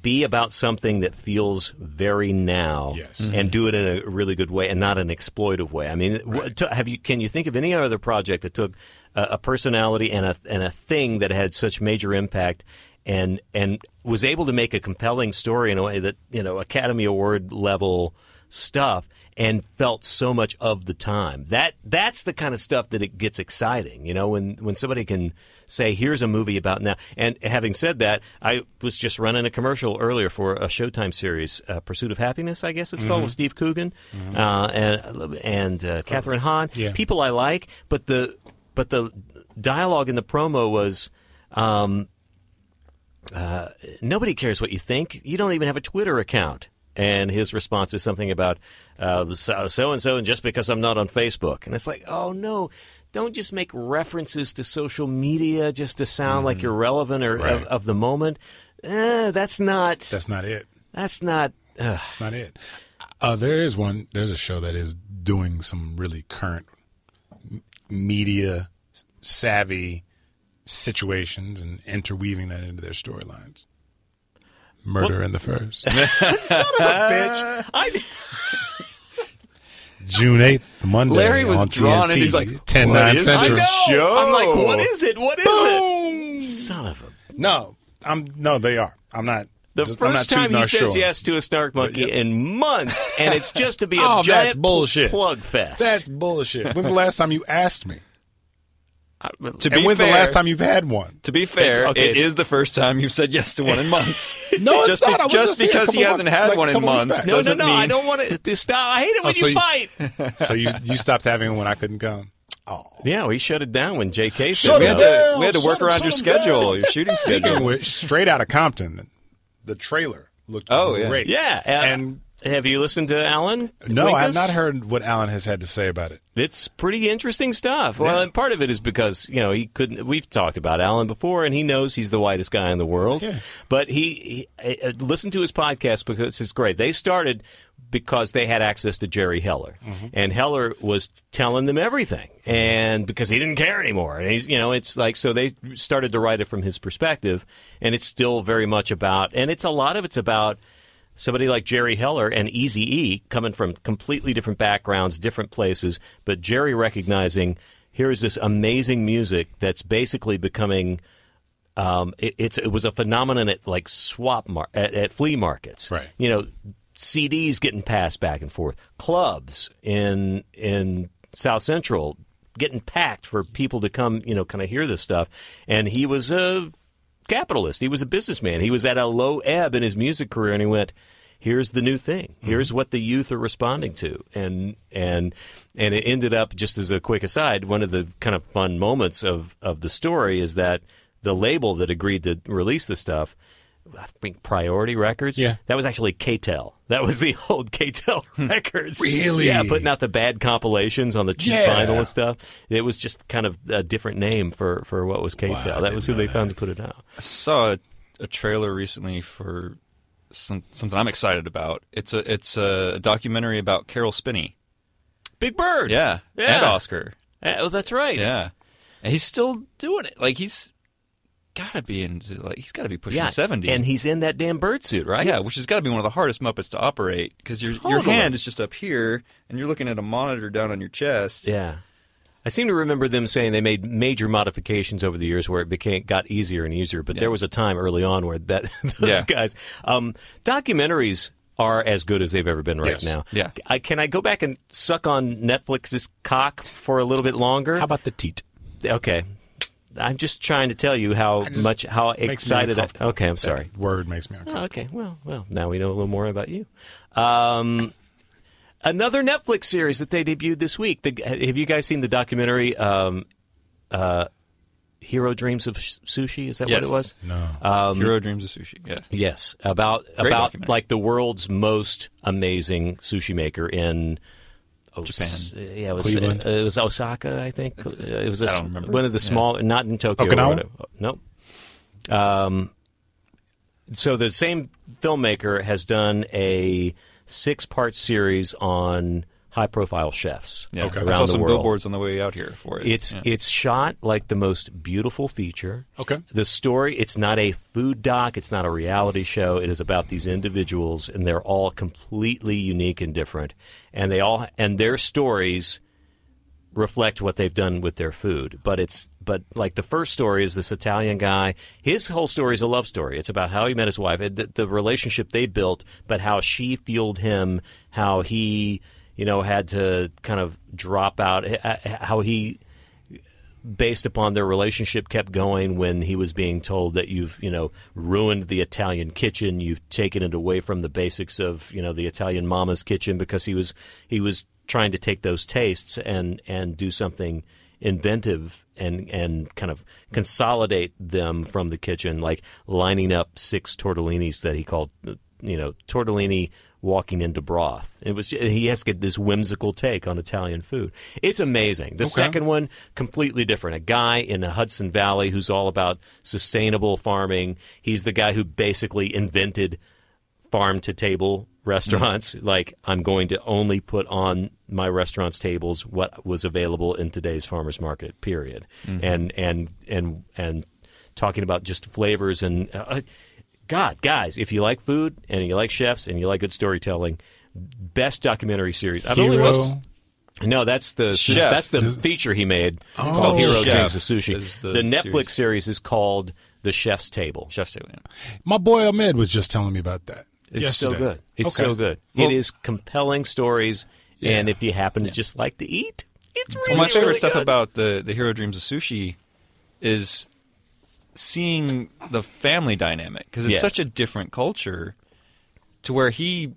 Speaker 1: be about something that feels very now,
Speaker 2: Yes.
Speaker 1: and do it in a really good way and not an exploitive way. I mean, wh- to- have you? Can you think of any other project that took a, a personality and a and a thing that had such major impact? And and was able to make a compelling story in a way that you know Academy Award level stuff and felt so much of the time. That that's the kind of stuff that it gets exciting, you know, when when somebody can say here's a movie about now. And having said that, I was just running a commercial earlier for a Showtime series, uh, Pursuit of Happiness, I guess it's called, with Steve Coogan uh, and and uh, Catherine Hahn,
Speaker 2: Yeah.
Speaker 1: people I like, but the but the dialogue in the promo was um, nobody cares what you think. You don't even have a Twitter account. And his response is something about uh, so and so, and just because I'm not on Facebook. And it's like, oh no, don't just make references to social media just to sound like you're relevant or of,
Speaker 2: Right.
Speaker 1: of the moment. Eh, that's not. That's,
Speaker 2: That's not it.
Speaker 1: not. Uh,
Speaker 2: That's not it. Uh, there is one. There's a show that is doing some really current m- media savvy situations and interweaving that into their storylines. Murder in the first.
Speaker 1: Son of a bitch. I,
Speaker 2: June 8th, Monday.
Speaker 3: Larry was
Speaker 2: on
Speaker 3: drawn
Speaker 2: TNT,
Speaker 3: and he's like,
Speaker 2: 10
Speaker 3: "What
Speaker 2: 9
Speaker 3: is
Speaker 1: I
Speaker 2: Central.
Speaker 3: this
Speaker 1: know. I'm like,
Speaker 3: show.
Speaker 1: what is it? What is it? Son of a.
Speaker 2: No, I'm, no, they are. I'm not.
Speaker 1: The
Speaker 2: just- I'm not
Speaker 1: first time
Speaker 2: tooting
Speaker 1: he
Speaker 2: our
Speaker 1: says
Speaker 2: show.
Speaker 1: yes to a snark monkey
Speaker 2: yeah.
Speaker 1: in months, and it's just to be a
Speaker 2: Oh, that's
Speaker 1: giant pl-
Speaker 2: bullshit.
Speaker 1: plug fest.
Speaker 2: That's bullshit. When's the last time you asked me?
Speaker 3: To
Speaker 2: And
Speaker 3: be
Speaker 2: when's
Speaker 3: fair,
Speaker 2: the last time you've had one?
Speaker 3: To be fair,
Speaker 1: It's- okay,
Speaker 3: it
Speaker 1: it's-
Speaker 3: is the first time you've said yes to one in months.
Speaker 2: No, it's
Speaker 3: just
Speaker 2: not. I was
Speaker 3: just
Speaker 2: just here a
Speaker 3: because he
Speaker 2: couple
Speaker 3: hasn't
Speaker 2: months-
Speaker 3: had
Speaker 2: like,
Speaker 3: one
Speaker 2: a
Speaker 3: in
Speaker 2: couple weeks
Speaker 3: months
Speaker 2: back.
Speaker 1: no, no,
Speaker 3: doesn't
Speaker 1: no!
Speaker 3: mean
Speaker 1: I don't want it to stop. I hate it when
Speaker 2: so
Speaker 1: Oh, you
Speaker 2: you-
Speaker 1: fight.
Speaker 2: so you you stopped having one. I couldn't come.
Speaker 1: Yeah, we shut it down when J.K.
Speaker 2: Shut
Speaker 1: said
Speaker 3: we
Speaker 2: it
Speaker 3: had
Speaker 1: no.
Speaker 3: to,
Speaker 2: down,
Speaker 3: we had to
Speaker 2: shut
Speaker 3: work
Speaker 2: him-
Speaker 3: around your
Speaker 2: shut him down.
Speaker 3: schedule, your shooting
Speaker 2: Speaking
Speaker 3: schedule.
Speaker 2: which, straight out of Compton, the trailer looked
Speaker 3: Oh, yeah.
Speaker 2: great.
Speaker 1: Yeah, uh,
Speaker 2: and
Speaker 1: have you listened to Alan?
Speaker 2: no, I have
Speaker 1: Winkus?
Speaker 2: not heard what Alan has had to say about it.
Speaker 1: It's pretty interesting stuff. Well, and part of it is because you know he couldn't. We've talked about Alan before, and he knows he's the whitest guy in the world. But he, he uh, listen to his podcast because it's great. They started because they had access to Jerry Heller, and Heller was telling them everything, and because he didn't care anymore, and he's you know it's like so they started to write it from his perspective, and it's still very much about, and it's a lot of it's about somebody like Jerry Heller and Easy E coming from completely different backgrounds, different places, but Jerry recognizing here is this amazing music that's basically becoming. Um, it, it's it was a phenomenon at like swap mar- at, at flea markets,
Speaker 2: Right.
Speaker 1: You know, CDs getting passed back and forth, clubs in in South Central getting packed for people to come, you know, kind of hear this stuff. And he was a capitalist. He was a businessman. He was at a low ebb in his music career, and he went, "Here's the new thing. Here's what the youth are responding to." And and and it ended up just as a quick aside. One of the kind of fun moments of of the story is that the label that agreed to release the stuff. I think Priority Records.
Speaker 2: Yeah. Hmm.
Speaker 1: that was actually KTEL. That was the old KTEL records.
Speaker 2: Really?
Speaker 1: Yeah, putting out the bad compilations on the cheap
Speaker 2: Yeah.
Speaker 1: vinyl and stuff. It was just kind of a different name for, for what was KTEL.
Speaker 2: I
Speaker 1: that was who
Speaker 2: didn't
Speaker 1: they found to put it out.
Speaker 3: I saw a, a trailer recently for some, something I'm excited about. It's a it's a documentary about Carol Spinney.
Speaker 1: Big Bird.
Speaker 3: Yeah,
Speaker 1: Yeah.
Speaker 3: and Oscar.
Speaker 1: Uh, oh, that's right.
Speaker 3: Yeah, and he's still doing it. Like he's got to be into like he's got to be pushing
Speaker 1: Yeah.
Speaker 3: seventy.
Speaker 1: And he's in that damn bird suit, right?
Speaker 3: yeah, which has got to be one of the hardest Muppets to operate because your your
Speaker 1: Totally.
Speaker 3: hand is just up here and you're looking at a monitor down on your chest.
Speaker 1: Yeah. I seem to remember them saying they made major modifications over the years where it became got easier and easier. But there was a time early on where that those
Speaker 3: Yeah.
Speaker 1: guys um, documentaries are as good as they've ever been right
Speaker 2: Yes.
Speaker 1: now.
Speaker 3: Yeah.
Speaker 1: I, can I go back and suck on Netflix's cock for a little bit longer?
Speaker 2: How about the teat?
Speaker 1: okay. I'm just trying to tell you how
Speaker 2: just-
Speaker 1: much how
Speaker 2: makes me
Speaker 1: excited I.
Speaker 2: uncomfortable.
Speaker 1: Okay, I'm sorry.
Speaker 2: That word makes me uncomfortable.
Speaker 1: Oh, okay. Well, well, now we know a little more about you. Um, another Netflix series that they debuted this week. The, have you guys seen the documentary um, uh, "Hero Dreams of Sh- Sushi"? Is that
Speaker 3: Yes.
Speaker 1: what it was?
Speaker 2: No,
Speaker 1: Uh, Um,
Speaker 3: Hero dreams of sushi. Yeah.
Speaker 1: Yes, about about
Speaker 3: Great documentary.
Speaker 1: like the world's most amazing sushi maker in Os-
Speaker 3: Japan.
Speaker 1: Yeah, it was,
Speaker 2: Cleveland.
Speaker 1: uh, it was Osaka, I think. Uh, It was a,
Speaker 3: I don't remember.
Speaker 1: one of the small, not in Tokyo. or
Speaker 2: Okinawa?
Speaker 1: whatever. Nope. Um, so the same filmmaker has done a six-part series on high-profile chefs
Speaker 3: Yeah.
Speaker 1: around
Speaker 3: I saw
Speaker 1: the
Speaker 3: some
Speaker 1: world.
Speaker 3: billboards on the way out here for it.
Speaker 1: It's
Speaker 3: Yeah.
Speaker 1: it's shot like the most beautiful feature.
Speaker 2: Okay.
Speaker 1: The story, it's not a food doc, it's not a reality show. It is about these individuals and they're all completely unique and different. And they all and their stories reflect what they've done with their food. But it's but like the first story is this Italian guy. His whole story is a love story. It's about how he met his wife, the, the relationship they built, but how she fueled him, how he you know had to kind of drop out, h- h- how he based upon their relationship kept going when he was being told that you've you know ruined the Italian kitchen you've taken it away from the basics of you know the Italian mama's kitchen because he was he was trying to take those tastes and and do something inventive and and kind of consolidate them from the kitchen like lining up six tortellinis that he called you know tortellini walking into broth it was he has this whimsical take on Italian food it's amazing the second second one completely different. A guy in the Hudson Valley who's all about sustainable farming. He's the guy who basically invented farm to table restaurants. Like I'm going to only put on my restaurant's tables what was available in today's farmers market. Period. And and and and talking about just flavors and uh, God, guys, if you like food and you like chefs and you like good storytelling, best documentary series. I've only
Speaker 2: Hero.
Speaker 1: watched. No, that's the
Speaker 3: Chef.
Speaker 1: that's the feature he made
Speaker 2: Oh.
Speaker 1: called Hero
Speaker 3: Chef
Speaker 1: Kings of Sushi.
Speaker 3: is
Speaker 1: The,
Speaker 3: the
Speaker 1: Netflix series is called The Chef's Table.
Speaker 3: Chef's table. yeah.
Speaker 2: My boy Ahmed was just telling me about that.
Speaker 1: It's
Speaker 2: yesterday.
Speaker 1: so good. It's
Speaker 2: Okay.
Speaker 1: so good.
Speaker 3: Well-
Speaker 1: it is compelling stories, and if you happen to just like to eat, it's really
Speaker 3: Well, my favorite
Speaker 1: really
Speaker 3: stuff
Speaker 1: good.
Speaker 3: about the the Hero Dreams of Sushi is seeing the family dynamic because it's
Speaker 1: Yes.
Speaker 3: such a different culture to where he,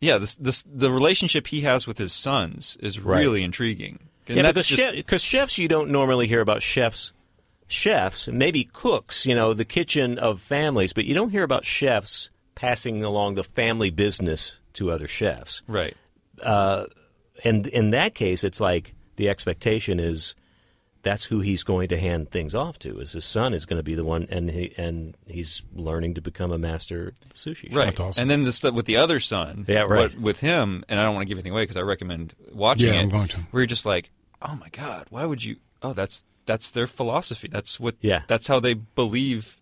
Speaker 3: yeah, this, this the relationship he has with his sons is
Speaker 1: Right.
Speaker 3: really intriguing. And
Speaker 1: yeah,
Speaker 3: that's
Speaker 1: because
Speaker 3: just-
Speaker 1: chef, chefs you don't normally hear about chefs, chefs maybe cooks. You know, the kitchen of families, but you don't hear about chefs passing along the family business to other chefs.
Speaker 3: right.
Speaker 1: and in that case, it's like the expectation is that's who he's going to hand things off to. Is his son is going to be the one, and he and he's learning to become a master sushi. chef.
Speaker 3: Right.
Speaker 2: That's awesome.
Speaker 3: And then the stuff with the other son.
Speaker 1: Yeah, right.
Speaker 3: what- with him, and I don't want to give anything away because I recommend watching
Speaker 2: Yeah,
Speaker 3: it.
Speaker 2: I'm going to.
Speaker 3: Where you're just like, oh my god, why would you? Oh, that's that's their philosophy. That's what.
Speaker 1: Yeah.
Speaker 3: That's how they believe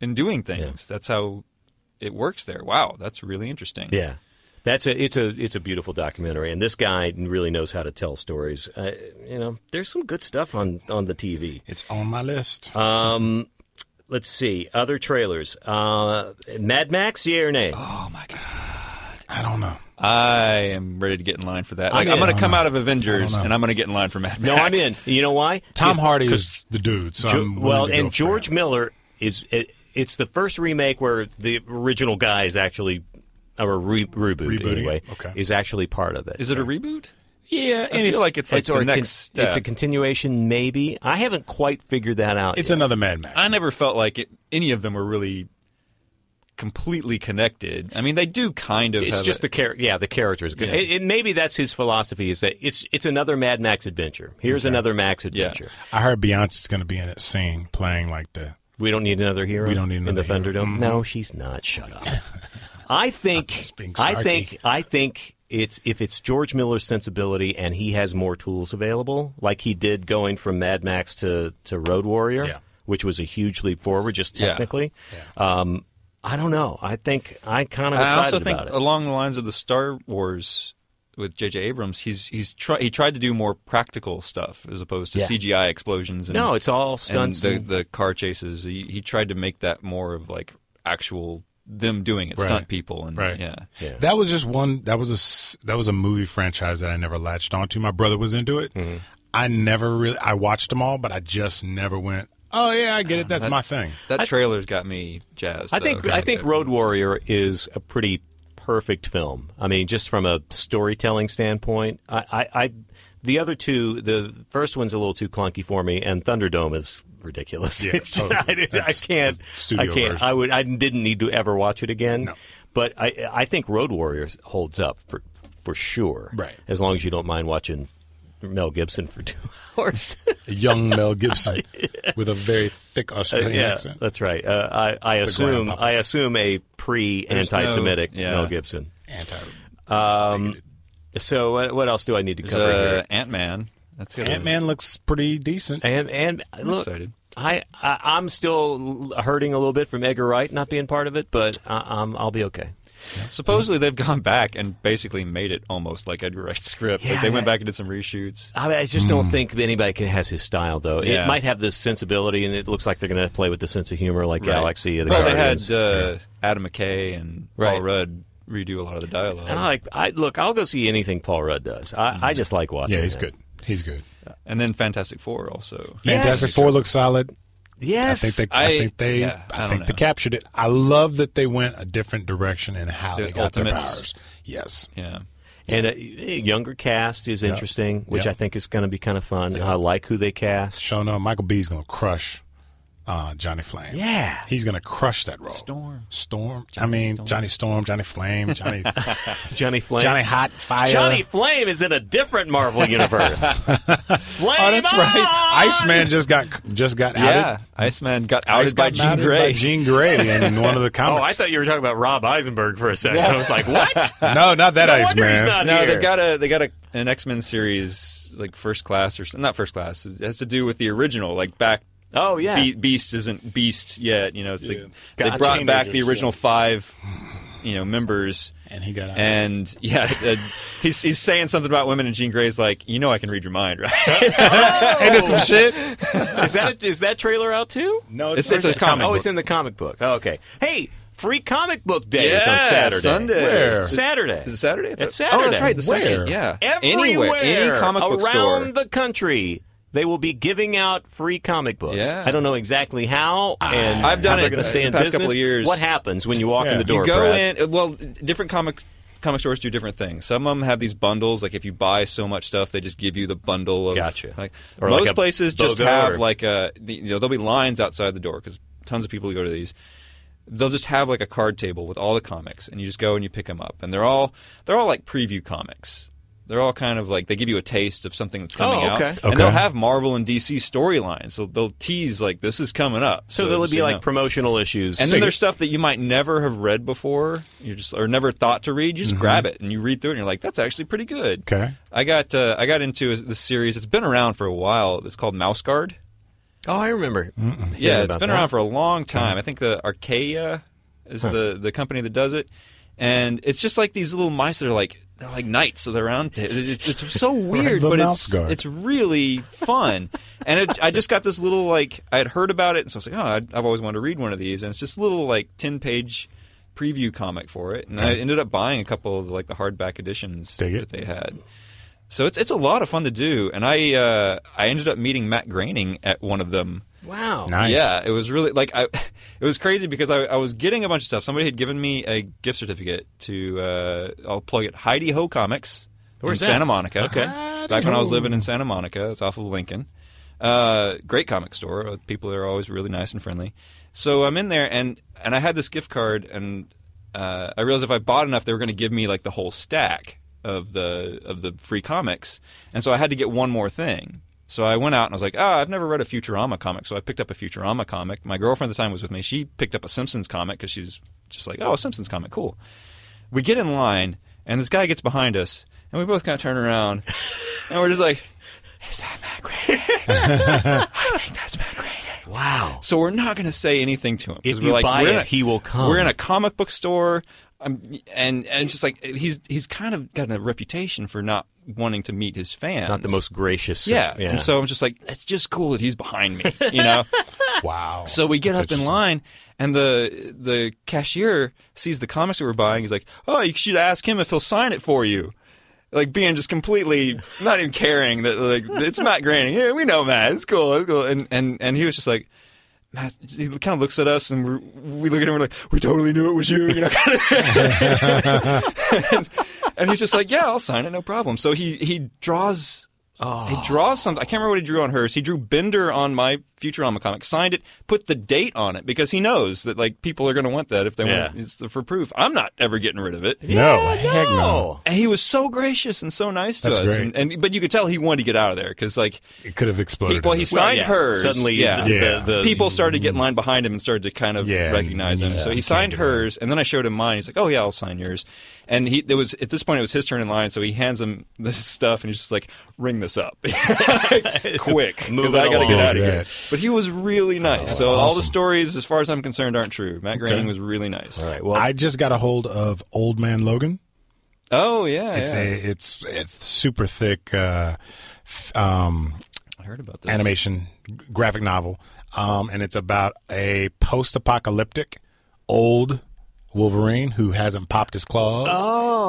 Speaker 3: in doing things. That's how it works there. Wow, that's really interesting.
Speaker 1: Yeah, that's a it's a it's a beautiful documentary, and this guy really knows how to tell stories. Uh, you know, there's some good stuff on on the TV.
Speaker 2: It's on my list.
Speaker 1: Uh, Let's see other trailers. Uh, Mad Max, yeah or nay?
Speaker 3: Oh my god.
Speaker 2: I don't know.
Speaker 3: I am ready to get in line for that. Like,
Speaker 1: I'm
Speaker 3: I'm
Speaker 1: in.
Speaker 3: going
Speaker 1: I
Speaker 3: to
Speaker 1: don't
Speaker 3: come
Speaker 2: know.
Speaker 3: out of
Speaker 2: I
Speaker 3: Avengers
Speaker 2: don't know.
Speaker 3: and I'm going to get in line for Mad
Speaker 1: No,
Speaker 3: Max.
Speaker 1: I'm in. You know why?
Speaker 2: Tom
Speaker 1: It-
Speaker 2: Hardy is the dude. So
Speaker 1: Jo-
Speaker 2: I'm willing
Speaker 1: well,
Speaker 2: to go
Speaker 1: and
Speaker 2: for
Speaker 1: George
Speaker 2: him.
Speaker 1: Miller is it, it's the first remake where the original guy is actually or re- reboot
Speaker 2: Rebooting
Speaker 1: anyway
Speaker 2: it, okay.
Speaker 1: is actually part of it.
Speaker 3: Is it a reboot?
Speaker 2: Yeah,
Speaker 3: I feel like it's like
Speaker 1: or
Speaker 3: the
Speaker 1: a con-
Speaker 3: next step.
Speaker 1: It's a continuation, maybe. I haven't quite figured that out.
Speaker 2: it's
Speaker 1: yet.
Speaker 2: another Mad Max.
Speaker 3: I never felt like it, any of them were really completely connected. I mean, they do kind of.
Speaker 1: It's
Speaker 3: have
Speaker 1: just
Speaker 3: a-
Speaker 1: the character. Yeah, the character is good.
Speaker 3: Yeah.
Speaker 1: It, it- maybe that's his philosophy. Is that it's it's another Mad Max adventure. Here's another Max adventure.
Speaker 2: I heard Beyonce's going to be in it, singing, playing like the.
Speaker 1: We don't need another hero.
Speaker 2: We don't need
Speaker 1: in the
Speaker 2: another hero. Mm-hmm.
Speaker 1: Thunderdome. No, she's not. Shut up. I think.
Speaker 2: just being
Speaker 1: I think.
Speaker 2: snarky.
Speaker 1: I think it's if it's George Miller's sensibility and he has more tools available, like he did going from Mad Max to to Road Warrior,
Speaker 2: Yeah.
Speaker 1: which was a huge leap forward, just
Speaker 3: Yeah.
Speaker 1: technically. Um, I don't know. I think I kind of
Speaker 3: I
Speaker 1: excited
Speaker 3: also think
Speaker 1: about it.
Speaker 3: along the lines of the Star Wars with J.J. Abrams, he's he's try, he tried to do more practical stuff as opposed to
Speaker 1: Yeah.
Speaker 3: CGI explosions. And,
Speaker 1: no, it's all
Speaker 3: and
Speaker 1: stunts.
Speaker 3: the
Speaker 1: and-
Speaker 3: the car chases. He, he tried to make that more of like actual them doing it,
Speaker 2: Right.
Speaker 3: stunt people, and
Speaker 2: Right.
Speaker 3: yeah.
Speaker 2: That was just one. That was a s- that was a movie franchise that I never latched onto. My brother was into it.
Speaker 1: Mm-hmm.
Speaker 2: I never really. I watched them all, but I just never went. Oh yeah, I get it.
Speaker 1: Uh-huh.
Speaker 2: That's my thing.
Speaker 3: That trailer's got me jazzed.
Speaker 1: I think
Speaker 3: though.
Speaker 1: I think
Speaker 3: Yeah.
Speaker 1: Road Warrior is a pretty perfect film. I mean, just from a storytelling standpoint, I, I, I the other two, the first one's a little too clunky for me, and Thunderdome is ridiculous.
Speaker 2: Yeah,
Speaker 1: It's-
Speaker 2: totally.
Speaker 1: I, didn't- I
Speaker 2: That's
Speaker 1: can't.
Speaker 2: the studio
Speaker 1: I can't.
Speaker 2: version.
Speaker 1: I would. I didn't need to ever watch it again.
Speaker 2: No.
Speaker 1: But I I think Road Warrior holds up for for sure.
Speaker 2: Right.
Speaker 1: As long as you don't mind watching Mel Gibson for two hours.
Speaker 2: A young Mel Gibson with a very thick Australian
Speaker 1: yeah,
Speaker 2: accent.
Speaker 1: that's right. Uh, I, I assume
Speaker 2: grandpapa.
Speaker 1: I assume a pre-anti-Semitic
Speaker 3: no- yeah.
Speaker 1: Mel Gibson.
Speaker 2: Anti.
Speaker 1: um, So uh, what, what else do I need to
Speaker 3: There's,
Speaker 1: cover
Speaker 3: uh,
Speaker 1: here?
Speaker 3: Ant Man. That's good.
Speaker 2: Ant Man looks pretty decent.
Speaker 1: And and look,
Speaker 3: excited.
Speaker 1: I, I I'm still l- hurting a little bit from Edgar Wright not being part of it, but I, um, I'll be okay.
Speaker 3: Supposedly they've gone back and basically made it almost like Edgar Wright's script.
Speaker 1: Yeah,
Speaker 3: like they went
Speaker 1: that-
Speaker 3: back and did some reshoots.
Speaker 1: I, I just
Speaker 2: Hmm.
Speaker 1: don't think anybody can has his style though. It
Speaker 3: Yeah.
Speaker 1: might have this sensibility, and it looks like they're going to play with the sense of humor like Galaxy. Or the
Speaker 3: well,
Speaker 1: Guardians.
Speaker 3: they had uh, Adam McKay and
Speaker 1: Right.
Speaker 3: Paul Rudd redo a lot of the dialogue.
Speaker 1: And I like I look. I'll go see anything Paul Rudd does. I, I just like watching.
Speaker 2: Hmm. Yeah, he's
Speaker 1: him.
Speaker 2: good. He's good.
Speaker 3: And then Fantastic Four also.
Speaker 1: Yes.
Speaker 2: Fantastic Four looks solid.
Speaker 1: Yes,
Speaker 2: I think they. I,
Speaker 3: I-
Speaker 2: think they.
Speaker 3: yeah, I
Speaker 2: I,
Speaker 3: don't
Speaker 2: think they
Speaker 3: know.
Speaker 2: captured it. I love that they went a different direction in how
Speaker 3: The
Speaker 2: they got their powers.
Speaker 3: Ultimates.
Speaker 2: Yes.
Speaker 3: Yeah.
Speaker 1: And a, a younger cast is interesting, which
Speaker 2: Yeah.
Speaker 1: I think is going to be kind of fun. I like who they cast.
Speaker 2: Show no. Michael B's gonna crush. uh, Johnny Flame.
Speaker 1: Yeah.
Speaker 2: He's going to crush that role.
Speaker 3: Storm.
Speaker 2: Storm. I mean, Johnny Storm, Johnny Flame, Johnny
Speaker 1: Johnny Flame.
Speaker 2: Johnny Hot Fire.
Speaker 1: Johnny Flame is in a different Marvel universe. Flame
Speaker 2: Oh, that's right.
Speaker 1: on!
Speaker 2: Iceman just got just got
Speaker 3: Yeah,
Speaker 2: outed.
Speaker 3: Iceman got
Speaker 2: Ice
Speaker 3: outed by
Speaker 2: got
Speaker 3: Jean
Speaker 2: outed By
Speaker 3: Grey.
Speaker 2: Jean Grey in one of the
Speaker 1: Oh,
Speaker 2: comics.
Speaker 1: I thought you were talking about Rob Eisenberg for a second. I was like, what?
Speaker 2: No, not that
Speaker 1: No wonder he's
Speaker 2: Iceman.
Speaker 1: not
Speaker 3: no,
Speaker 1: here.
Speaker 3: they got a they got a, an X Men series like first class or s- not first class. It has to do with the original, like back.
Speaker 1: Oh, yeah.
Speaker 3: Be- Beast isn't Beast yet. You know, it's like they
Speaker 1: Got
Speaker 3: brought back the
Speaker 2: teenagers,
Speaker 3: original five, you know, members.
Speaker 2: And he got out.
Speaker 3: And yeah, uh, he's he's saying something about women, and Jean Grey's like, you know, I can read your mind, right?
Speaker 2: Ain't this some shit?
Speaker 1: is that is that trailer out too?
Speaker 2: No,
Speaker 3: it's, it's a comic.
Speaker 1: Oh,
Speaker 3: book.
Speaker 1: it's in the comic book. Oh, okay. Hey, free comic book day is on
Speaker 3: Yeah,
Speaker 1: Saturday.
Speaker 3: Sunday.
Speaker 2: Where?
Speaker 1: Saturday.
Speaker 3: Is it Saturday? I
Speaker 1: It's
Speaker 3: thought-
Speaker 1: Saturday.
Speaker 3: Oh, that's right. The
Speaker 2: Where?
Speaker 3: second. Yeah.
Speaker 1: Everywhere,
Speaker 3: Anywhere. Any comic book store.
Speaker 1: around the country, they will be giving out free comic books.
Speaker 3: Yeah.
Speaker 1: I don't know exactly how. And
Speaker 3: I've done
Speaker 1: how
Speaker 3: it
Speaker 1: Going to stay
Speaker 3: the
Speaker 1: in
Speaker 3: past
Speaker 1: business.
Speaker 3: couple of years.
Speaker 1: What happens when you walk
Speaker 2: Yeah.
Speaker 1: in the door?
Speaker 3: you go
Speaker 1: Brad?
Speaker 3: in. Well, different comic comic stores do different things. Some of them have these bundles. Like if you buy so much stuff, they just give you the bundle of.
Speaker 1: Gotcha.
Speaker 3: Like,
Speaker 1: Or like
Speaker 3: most
Speaker 1: a
Speaker 3: places just
Speaker 1: BOGO
Speaker 3: have
Speaker 1: or-
Speaker 3: like a the- you know there'll be lines outside the door because tons of people go to these. They'll just have like a card table with all the comics, and you just go and you pick them up, and they're all they're all like preview comics. They're all kind of like they give you a taste of something that's coming
Speaker 1: Oh, okay.
Speaker 3: out, and they'll
Speaker 2: Okay.
Speaker 3: have Marvel and DC storylines. So they'll tease like this is coming up.
Speaker 1: So there will
Speaker 3: just
Speaker 1: be
Speaker 3: so you
Speaker 1: like
Speaker 3: know.
Speaker 1: promotional issues.
Speaker 3: And then there's stuff that you might never have read before, you just or never thought to read. You just grab it and you read through it, and you're like, "That's actually pretty good."
Speaker 2: Okay.
Speaker 3: I got uh, I got into this series. It's been around for a while. It's called Mouse Guard.
Speaker 1: oh, I remember.
Speaker 3: Yeah, it's
Speaker 1: about
Speaker 3: been
Speaker 1: that.
Speaker 3: around for a long time. I think the Archaea is the the company that does it, and it's just like these little mice that are like they're like knights of the round table. It's, it's so weird,
Speaker 2: the
Speaker 3: but
Speaker 2: mouse
Speaker 3: it's
Speaker 2: guard.
Speaker 3: it's really fun. and it, I just got this little like I had heard about it, and so I was like, oh, I'd, I've always wanted to read one of these, and it's just a little like ten page preview comic for it, and I ended up buying a couple of like the hardback editions
Speaker 2: Dig it.
Speaker 3: that they had. So it's it's a lot of fun to do, and I uh, I ended up meeting Matt Groening at one of them.
Speaker 1: Wow.
Speaker 2: Nice.
Speaker 3: Yeah, it was really like I, it was crazy because I, I was getting a bunch of stuff. Somebody had given me a gift certificate to uh, I'll plug it Heidi Ho Comics
Speaker 1: Where's
Speaker 3: in
Speaker 1: that?
Speaker 3: Santa Monica.
Speaker 1: Okay.
Speaker 3: back when I was living in Santa Monica, it's off of Lincoln. Uh, great comic store. People are always really nice and friendly. So I'm in there and and I had this gift card and uh, I realized if I bought enough, they were going to give me like the whole stack of the of the free comics, and so I had to get one more thing. So I went out and I was like, "Ah, I've never read a Futurama comic." So I picked up a Futurama comic. My girlfriend at the time was with me. She picked up a Simpsons comic because she's just like, "Oh, a Simpsons comic, cool." We get in line, and this guy gets behind us, and we both kind of turn around, and we're just like, "Is that Matt Groening? I think that's Matt Groening."
Speaker 1: Wow.
Speaker 3: So we're not going to say anything to him. 'cause
Speaker 1: If
Speaker 3: we're
Speaker 1: you
Speaker 3: like,
Speaker 1: buy
Speaker 3: we're in
Speaker 1: it,
Speaker 3: a-
Speaker 1: he will come.
Speaker 3: We're in a comic book store, um, and and just like he's he's kind of gotten a reputation for not wanting to meet his fans.
Speaker 1: Not the most gracious.
Speaker 3: Yeah. and so I'm just like, it's just cool that he's behind me, you know.
Speaker 2: Wow.
Speaker 3: so we get up in line, and the the cashier sees the comics that we're buying. He's like, "Oh, you should ask him if he'll sign it for you." Like being just completely not even caring that like it's Matt Groening. Yeah, we know Matt. It's cool. It's cool. And and and he was just like. Matt, he kind of looks at us and we're, we look at him and we're like, we totally knew it was you. you know? and he's just like, "Yeah, I'll sign it, no problem." So he he draws.
Speaker 2: Ah.
Speaker 3: He draws something. I can't remember what he drew on hers. He drew Bender on my Futurama comic, signed it, put the date on it because he knows that like people are going to want that if they want
Speaker 1: Yeah.
Speaker 3: it's for proof. I'm not ever getting rid of it.
Speaker 2: No, heck no.
Speaker 1: Oh.
Speaker 3: And he was so gracious and so nice to
Speaker 2: That's
Speaker 3: us,
Speaker 2: great.
Speaker 3: And, and but you could tell he wanted to get out of there because like
Speaker 2: It could have
Speaker 3: he-
Speaker 2: exploded.
Speaker 3: well he signed
Speaker 1: yeah.
Speaker 3: hers
Speaker 1: Suddenly,
Speaker 3: yeah
Speaker 1: the,
Speaker 2: Yeah.
Speaker 1: the, the-
Speaker 3: people started to get in line behind him and started to kind of
Speaker 2: Yeah, and-
Speaker 3: recognize him.
Speaker 2: yeah,
Speaker 3: so
Speaker 2: you
Speaker 3: he
Speaker 2: can't
Speaker 3: signed
Speaker 2: do that.
Speaker 3: hers, and then I showed him mine. He's like, "Oh yeah, I'll sign yours." And he, it was at this point, it was his turn in line. So he hands him this stuff, and he's just like, "Ring this up, quick,
Speaker 1: Move
Speaker 3: because
Speaker 1: it
Speaker 3: I got to
Speaker 1: along.
Speaker 3: get out
Speaker 2: Do
Speaker 3: of here."
Speaker 2: that.
Speaker 3: But he was really nice. so all the
Speaker 2: awesome.
Speaker 3: stories, as far as I'm concerned, aren't true. Matt Groening was really nice.
Speaker 1: All right. Well,
Speaker 2: I just got a hold of Old Man Logan.
Speaker 3: Oh yeah,
Speaker 2: It's
Speaker 3: yeah.
Speaker 2: a it's it's super thick uh, f- um,
Speaker 3: I heard about this.
Speaker 2: animation graphic novel, um, and it's about a post-apocalyptic old Wolverine who hasn't popped his claws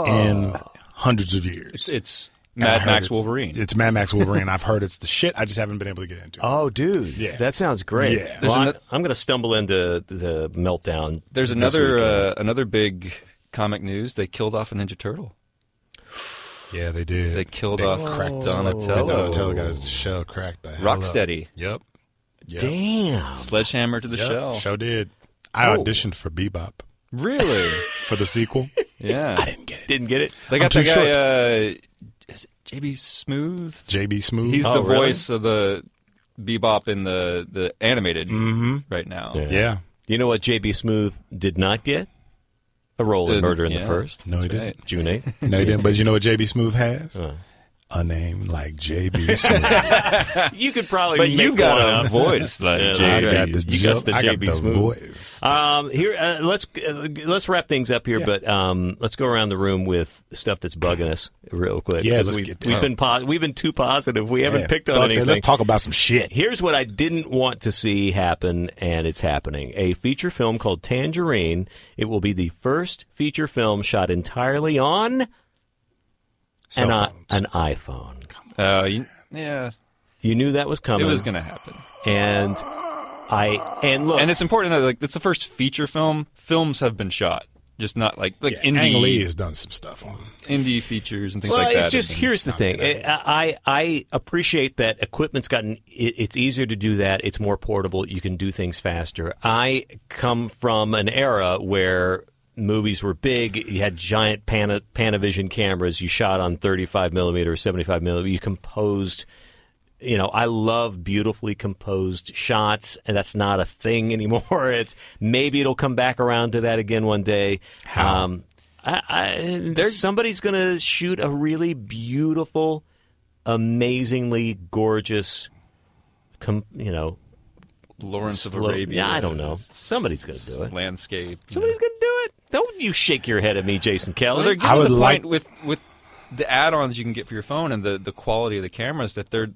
Speaker 2: in hundreds of years.
Speaker 3: Oh. It's, it's
Speaker 2: And I
Speaker 3: Mad
Speaker 2: heard
Speaker 3: Max
Speaker 2: it's-
Speaker 3: Wolverine.
Speaker 2: It's Mad Max Wolverine. I've heard it's the shit. I just haven't been able to get into it.
Speaker 1: Oh, dude,
Speaker 2: Yeah.
Speaker 1: that sounds great.
Speaker 2: Yeah.
Speaker 1: Well,
Speaker 3: There's
Speaker 1: I,
Speaker 3: ano-
Speaker 1: am going to stumble into the meltdown.
Speaker 3: There's another uh, another big comic news. They killed off a Ninja Turtle.
Speaker 2: Yeah, they did.
Speaker 3: They killed off
Speaker 2: cracked
Speaker 3: Donatello. Oh.
Speaker 2: Donatello got his shell cracked. the hell up.
Speaker 3: Rocksteady.
Speaker 2: Yep.
Speaker 1: Damn.
Speaker 3: Sledgehammer to the shell.
Speaker 2: Show did. I auditioned for Bebop
Speaker 3: Really?
Speaker 2: for the sequel.
Speaker 3: Yeah.
Speaker 1: Didn't get it.
Speaker 3: They got
Speaker 2: I'm
Speaker 3: the
Speaker 2: too
Speaker 3: guy. Uh, is it JB Smooth?
Speaker 2: JB Smooth.
Speaker 3: He's
Speaker 1: Oh,
Speaker 3: the
Speaker 1: really?
Speaker 3: voice of the bebop in the the animated
Speaker 1: Mm-hmm.
Speaker 3: right now.
Speaker 2: yeah.
Speaker 1: You know what JB Smooth did not get? A role in
Speaker 3: Uh,
Speaker 1: Murder in the
Speaker 3: yeah.
Speaker 1: First.
Speaker 2: No, he
Speaker 3: That's
Speaker 2: didn't.
Speaker 3: right.
Speaker 1: June 8th.
Speaker 2: No, he didn't. But you know what JB Smooth has? A name like JB Smooth.
Speaker 1: You could probably
Speaker 3: But
Speaker 1: make
Speaker 3: you got
Speaker 1: one
Speaker 3: a
Speaker 1: up.
Speaker 3: voice like
Speaker 1: Yeah,
Speaker 3: JB.
Speaker 2: I
Speaker 1: that's
Speaker 3: You
Speaker 1: right. you got
Speaker 2: got the,
Speaker 1: the
Speaker 2: I got
Speaker 1: JB
Speaker 2: the
Speaker 1: Smooth.
Speaker 2: voice.
Speaker 1: Um, here, uh, let's uh, let's wrap things up here, but um, let's go around the room with stuff that's bugging us real quick.
Speaker 2: Yeah,
Speaker 1: 'cause
Speaker 2: let's
Speaker 1: we,
Speaker 2: get
Speaker 1: we've
Speaker 2: down.
Speaker 1: been po- we've been too positive. We haven't
Speaker 2: Yeah.
Speaker 1: picked on
Speaker 2: Fuck that.
Speaker 1: anything.
Speaker 2: Let's talk about some shit.
Speaker 1: Here's what I didn't want to see happen, and it's happening. A feature film called Tangerine. It will be the first feature film shot entirely on an,
Speaker 2: Cell
Speaker 1: i-
Speaker 2: phones.
Speaker 1: an iPhone.
Speaker 3: Uh, you, yeah,
Speaker 1: You knew that was
Speaker 3: it
Speaker 1: coming.
Speaker 3: was gonna happen,
Speaker 1: and I and look,
Speaker 3: and it's important. to know, Like, it's the first feature film. Films have been shot, just not like like
Speaker 2: Yeah, Ang Lee
Speaker 3: indie
Speaker 2: has done some stuff on. him.
Speaker 3: indie features and things
Speaker 1: well,
Speaker 3: like that.
Speaker 1: it's just
Speaker 3: And-
Speaker 1: here's the thing. I, I I appreciate that equipment's gotten. It, it's easier to do that. It's more portable. You can do things faster. I come from an era where movies were big. You had giant Pana, Panavision cameras. You shot on 35 millimeter, 75 millimeter. You composed. You know, I love beautifully composed shots, and that's not a thing anymore. It's maybe it'll come back around to that again one day.
Speaker 2: How?
Speaker 1: Um, I, I, there's somebody's going to shoot a really beautiful, amazingly gorgeous, com, you know,
Speaker 3: Lawrence of
Speaker 1: slow-
Speaker 3: Arabia.
Speaker 1: Yeah, I don't know. Somebody's going to do it.
Speaker 3: Landscape.
Speaker 1: Somebody's going to do it. Don't you shake your head at me, Jason Kelly?
Speaker 3: Well, they're getting
Speaker 2: I
Speaker 3: to
Speaker 2: would
Speaker 3: the
Speaker 2: like-
Speaker 3: point with with the add-ons you can get for your phone and the the quality of the cameras that they're,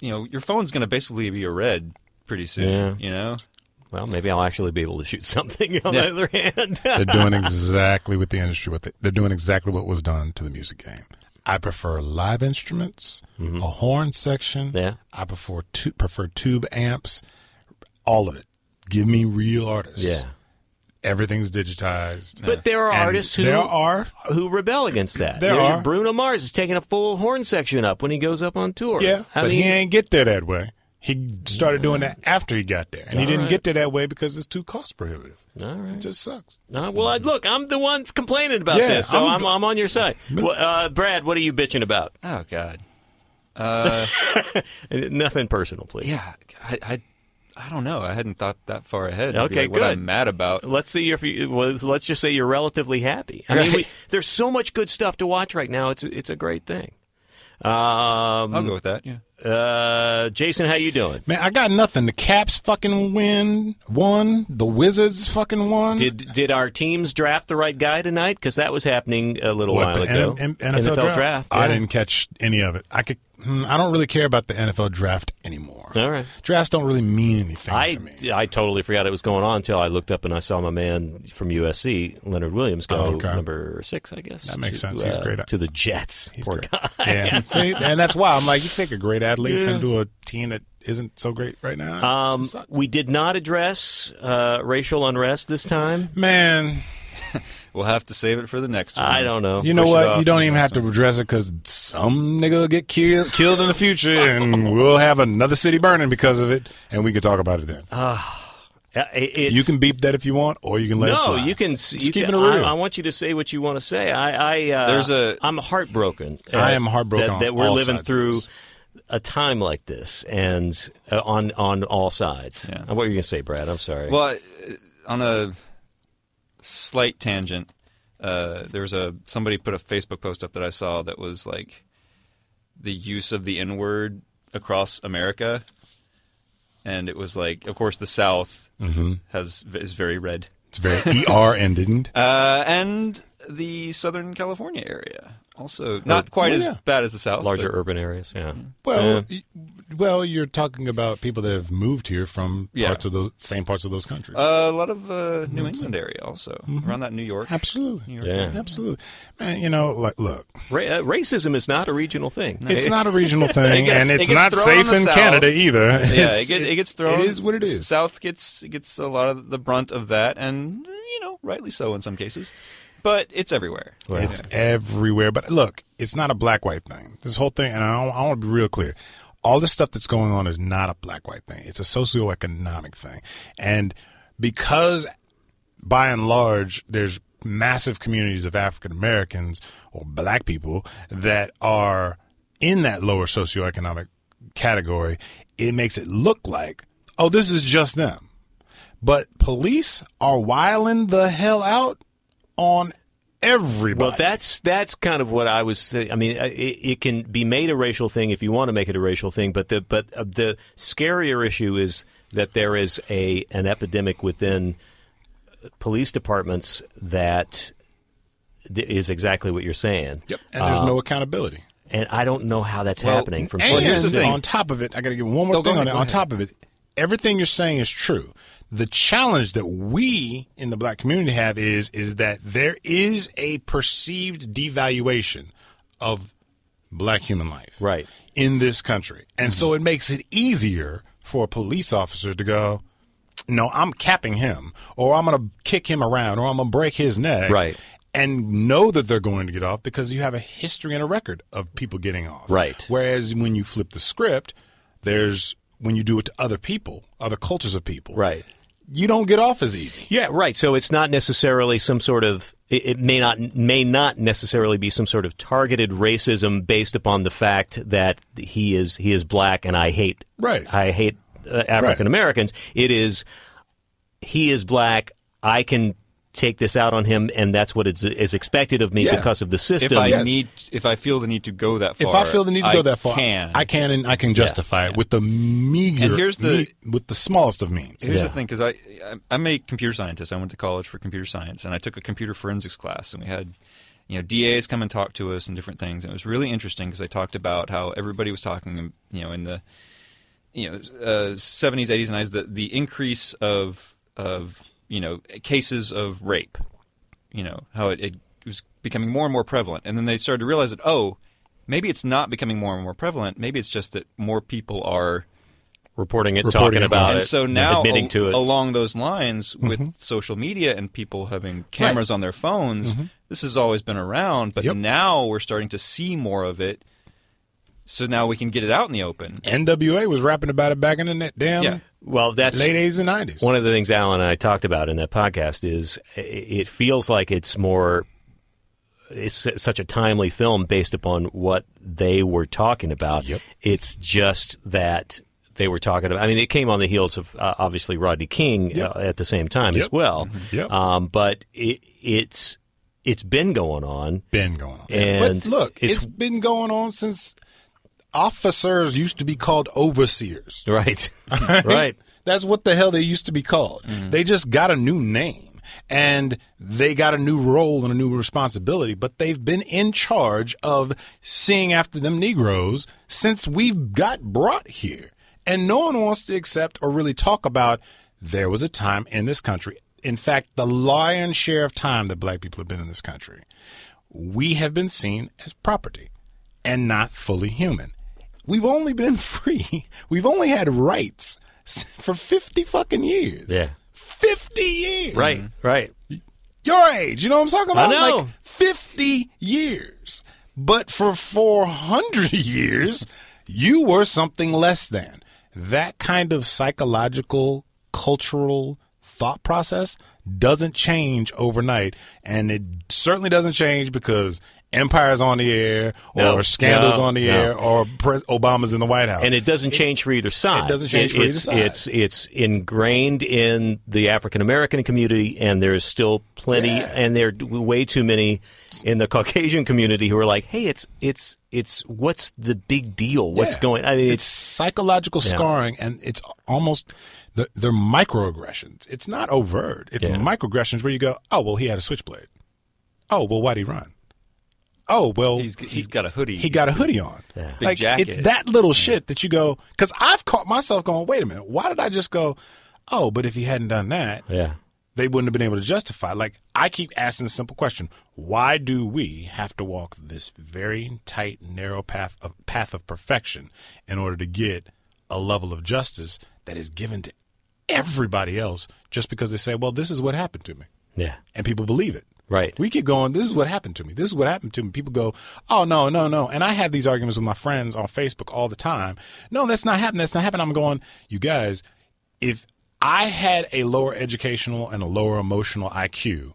Speaker 3: you know, your phone's going to basically be a red pretty soon.
Speaker 1: Yeah.
Speaker 3: You know,
Speaker 1: well, maybe I'll actually be able to shoot something on
Speaker 3: Yeah.
Speaker 1: the other hand.
Speaker 2: They're doing exactly what the industry what they, they're doing exactly what was done to the music game. I prefer live instruments, a horn section.
Speaker 1: Mm-hmm. Yeah.
Speaker 2: I prefer tu- prefer tube amps, all of it. Give me real artists.
Speaker 1: yeah.
Speaker 2: everything's digitized.
Speaker 1: But there are
Speaker 2: And
Speaker 1: artists who
Speaker 2: there are
Speaker 1: who rebel against that.
Speaker 2: There
Speaker 1: There's-
Speaker 2: are.
Speaker 1: Bruno Mars is taking a full horn section up when he goes up on tour.
Speaker 2: Yeah,
Speaker 1: I
Speaker 2: but
Speaker 1: mean,
Speaker 2: he ain't get there that way. He started doing that after he got there, and he didn't get there that way because it's too cost prohibitive.
Speaker 1: All right.
Speaker 2: It just sucks.
Speaker 1: Uh, well, I, look, I'm the ones complaining about
Speaker 2: Yeah,
Speaker 1: this, so I'm,
Speaker 2: I'm-
Speaker 1: I'm, on your side. Well, uh, Brad, what are you bitching about?
Speaker 3: oh god.
Speaker 1: Uh, Nothing personal, please.
Speaker 3: Yeah, I, I, I don't know. I hadn't thought that far ahead.
Speaker 1: Okay,
Speaker 3: like, What
Speaker 1: good.
Speaker 3: I'm mad about.
Speaker 1: Let's see if you was. Let's just say you're relatively happy. I mean, we,
Speaker 3: Right.
Speaker 1: there's so much good stuff to watch right now. It's it's a great thing. Um,
Speaker 3: I'll go with that. Yeah.
Speaker 1: uh, Jason, how you doing?
Speaker 2: Man, I got nothing. The Caps fucking win, won. The Wizards fucking won.
Speaker 1: Did did our teams draft the right guy tonight? Because that was happening a little
Speaker 2: What,
Speaker 1: while
Speaker 2: the
Speaker 1: ago.
Speaker 2: N- N- NFL, draft? I
Speaker 1: yeah.
Speaker 2: didn't catch any of it. I could. hmm, I don't really care about the NFL draft anymore.
Speaker 1: All right.
Speaker 2: Drafts don't really mean anything
Speaker 1: I,
Speaker 2: to me.
Speaker 1: I totally forgot it was going on until I looked up and I saw my man from USC, Leonard Williams, go
Speaker 2: Oh, okay.
Speaker 1: number six, I guess.
Speaker 2: That makes
Speaker 1: to,
Speaker 2: sense. He's
Speaker 1: uh,
Speaker 2: great.
Speaker 1: To the Jets. Poor
Speaker 2: great.
Speaker 1: guy.
Speaker 2: Yeah. See, and that's why I'm like, you take a great athlete send to a team that isn't so great right now.
Speaker 1: Um, we did not address uh, racial unrest this time.
Speaker 2: Man,
Speaker 3: We'll have to save it for the next one.
Speaker 1: I don't know.
Speaker 2: you know
Speaker 3: push it
Speaker 2: what?
Speaker 3: off
Speaker 2: You don't even have to address it because some nigga will get kill- killed in the future, and we'll have another city burning because of it, and we can talk about it then.
Speaker 1: Uh, it- it's-
Speaker 2: you can beep that if you want, or you can let it
Speaker 1: no,
Speaker 2: fly.
Speaker 1: you can.
Speaker 2: Just
Speaker 1: You
Speaker 2: keeping
Speaker 1: can-
Speaker 2: it real.
Speaker 1: I, I want you to say what you want to say. I, I uh,
Speaker 3: There's a-
Speaker 1: I'm heartbroken. uh,
Speaker 2: I am heartbroken
Speaker 1: that,
Speaker 2: on
Speaker 1: that we're
Speaker 2: all
Speaker 1: living
Speaker 2: sides of
Speaker 1: through
Speaker 2: this.
Speaker 1: a time like this, and uh, on on all sides.
Speaker 3: Yeah.
Speaker 1: Uh, What were you gonna say, Brad? I'm sorry.
Speaker 3: Well, uh, on a slight tangent, uh, there was a somebody put a Facebook post up that I saw that was like the use of the N word across America, and it was like, of course, the South has is very red,
Speaker 2: it's very er ended.
Speaker 3: uh, and the Southern California area also not quite
Speaker 2: well,
Speaker 3: as
Speaker 2: yeah.
Speaker 3: bad as the South,
Speaker 1: larger
Speaker 3: but-
Speaker 1: urban areas. Yeah.
Speaker 2: Well, y well, you're talking about people that have moved here from
Speaker 3: Yeah.
Speaker 2: parts of those same parts of those countries.
Speaker 3: Uh, a lot of uh, New England area also around that New York.
Speaker 2: absolutely,
Speaker 1: Yeah.
Speaker 2: absolutely, man. You know, like, look,
Speaker 1: Ra- uh, racism is not a regional thing.
Speaker 2: It's not a regional thing,
Speaker 3: It gets-
Speaker 2: and
Speaker 3: it
Speaker 2: it's
Speaker 3: gets
Speaker 2: not
Speaker 3: thrown
Speaker 2: safe
Speaker 3: on the
Speaker 2: in
Speaker 3: South.
Speaker 2: Canada either.
Speaker 3: Yeah,
Speaker 2: It's-
Speaker 3: it, get, it gets thrown.
Speaker 2: It is what it is.
Speaker 3: South gets gets a lot of the brunt of that, and you know, rightly so in some cases. But it's everywhere.
Speaker 2: It's everywhere. But look, it's not a black white thing. This whole thing, and I, want to be real clear. all the stuff that's going on is not a black white thing. It's a socioeconomic thing. And because by and large there's massive communities of African Americans or black people that are in that lower socioeconomic category, it makes it look like, oh, this is just them. But police are wiling the hell out on everybody.
Speaker 1: Well, that's that's kind of what I was. say- I mean, I- it, it can be made a racial thing if you want to make it a racial thing, but the but uh, the scarier issue is that there is a an epidemic within uh, police departments that th- is exactly what you're saying.
Speaker 2: Yep. And
Speaker 3: Uh,
Speaker 2: there's no accountability.
Speaker 1: And I don't know how that's
Speaker 3: Well,
Speaker 1: happening from
Speaker 3: and
Speaker 1: city to
Speaker 3: here's the
Speaker 1: city.
Speaker 3: thing.
Speaker 2: On top of it, I got to give one more
Speaker 3: Oh, go
Speaker 2: thing on
Speaker 3: ahead,
Speaker 2: it.
Speaker 3: go
Speaker 2: On
Speaker 3: ahead.
Speaker 2: top of it, everything you're saying is true. The challenge that we in the black community have is is that there is a perceived devaluation of black human life,
Speaker 1: Right.
Speaker 2: in this country, and so it makes it easier for a police officer to go. No, I'm capping him, or I'm going to kick him around, or I'm going to break his neck.
Speaker 1: Right.
Speaker 2: And know that they're going to get off because you have a history and a record of people getting off.
Speaker 1: Right.
Speaker 2: Whereas when you flip the script, there's when you do it to other people, other cultures of people,
Speaker 1: Right.
Speaker 2: You don't get off as easy.
Speaker 1: Yeah, right. So it's not necessarily some sort of it, it may not may not necessarily be some sort of targeted racism based upon the fact that he is he is black and I hate
Speaker 2: Right.
Speaker 1: I hate uh, African Americans. It is he is black. I can take this out on him, and that's what is, is expected of me
Speaker 2: Yeah.
Speaker 1: because of the
Speaker 3: If
Speaker 1: system.
Speaker 3: I
Speaker 2: Yes.
Speaker 3: need, if I feel the need to go that
Speaker 2: If
Speaker 3: far,
Speaker 2: I feel the need to go that far,
Speaker 3: can.
Speaker 2: I can and I can justify it with the meager,
Speaker 3: And here's the-
Speaker 2: me- with the smallest of means.
Speaker 3: Here's
Speaker 1: Yeah.
Speaker 3: the thing, because I, I I'm a computer scientist. I went to college for computer science, and I took a computer forensics class, and we had, you know, DAs come and talk to us and different things. And it was really interesting because I talked about how everybody was talking, you know, in the, you know, uh, 70s, 80s, and 90s, the the increase of of you know cases of rape, you know, how it, it was becoming more and more prevalent, and then they started to realize that oh, maybe it's not becoming more and more prevalent. Maybe it's just that more people are
Speaker 1: reporting it,
Speaker 2: Reporting
Speaker 1: talking
Speaker 2: it.
Speaker 1: about
Speaker 3: and
Speaker 1: it,
Speaker 3: so now
Speaker 1: Uh, admitting
Speaker 3: al-
Speaker 1: to it. Mm-hmm.
Speaker 3: along those lines with social media and people having cameras on their phones
Speaker 1: Mm-hmm.
Speaker 3: this has always been around but
Speaker 2: Yep.
Speaker 3: now we're starting to see more of it so now we can get it out in the open
Speaker 2: NWA was rapping about it back in the net,
Speaker 1: Um,
Speaker 2: damn
Speaker 3: Yeah.
Speaker 1: well, that's
Speaker 2: late eighties and nineties.
Speaker 1: One of the things Alan and I talked about in that podcast is i- it feels like it's more it's such a timely film based upon what they were talking about.
Speaker 2: Yep.
Speaker 1: It's just that they were talking about. I mean, it came on the heels of uh, obviously Rodney King uh, at the same time as
Speaker 2: Yep. Mm-hmm.
Speaker 1: well.
Speaker 2: Yep.
Speaker 1: Um, but it, it's it's been going on.
Speaker 2: been going on.
Speaker 1: And
Speaker 2: but look,
Speaker 1: it's-
Speaker 2: it's been going on since officers used to be called overseers.
Speaker 1: Right. right.
Speaker 2: That's what the hell they used to be called. They just got a new name and they got a new role and a new responsibility, but they've been in charge of seeing after them Negroes since we've got brought here. And no one wants to accept or really talk about there was a time in this country. In fact, the lion's share of time that black people have been in this country, we have been seen as property and not fully human. We've only been free. We've only had rights for 50 fucking years.
Speaker 1: Yeah.
Speaker 2: 50 years.
Speaker 1: Right. Right.
Speaker 2: Your age, you know what I'm talking about?
Speaker 1: I know.
Speaker 2: Like 50 years. But for 400 years, you were something less than. That kind of psychological, cultural thought process doesn't change overnight. And it certainly doesn't change because Empire's on the air or
Speaker 1: No,
Speaker 2: scandals
Speaker 1: no,
Speaker 2: on the
Speaker 1: no.
Speaker 2: air or Pres- Obama's in the White House.
Speaker 1: and it doesn't change for either side.
Speaker 2: it doesn't change for either
Speaker 1: it's,
Speaker 2: side.
Speaker 1: It's it's ingrained in the African American community, and there's still plenty, and there are d- way too many in the Caucasian community who are like, "Hey, it's it's it's what's the big deal? What's
Speaker 2: Yeah.
Speaker 1: going? I mean,
Speaker 2: it's
Speaker 1: it's,
Speaker 2: psychological
Speaker 1: Yeah.
Speaker 2: scarring, and it's almost the, they're microaggressions. It's not overt. It's
Speaker 1: Yeah.
Speaker 2: microaggressions where you go, oh well, he had a switchblade. Oh well, why'd he run? Oh well,
Speaker 3: He's- he's got a hoodie.
Speaker 2: He got a hoodie on.
Speaker 3: Big
Speaker 2: Like
Speaker 3: jacket.
Speaker 2: it's that little shit that you go because I've caught myself going, wait a minute, why did I just go? Oh, but if he hadn't done that,
Speaker 1: yeah,
Speaker 2: they wouldn't have been able to justify. Like I keep asking the simple question: Why do we have to walk this very tight, narrow path of path of perfection in order to get a level of justice that is given to everybody else just because they say, "Well, this is what happened to me,"
Speaker 1: yeah.
Speaker 2: and people believe it?
Speaker 1: Right.
Speaker 2: We keep going, this is what happened to me. This is what happened to me. People go, oh, no, no, no. And I have these arguments with my friends on Facebook all the time. No, that's not happening. That's not happening. I'm going, you guys, if I had a lower educational and a lower emotional IQ,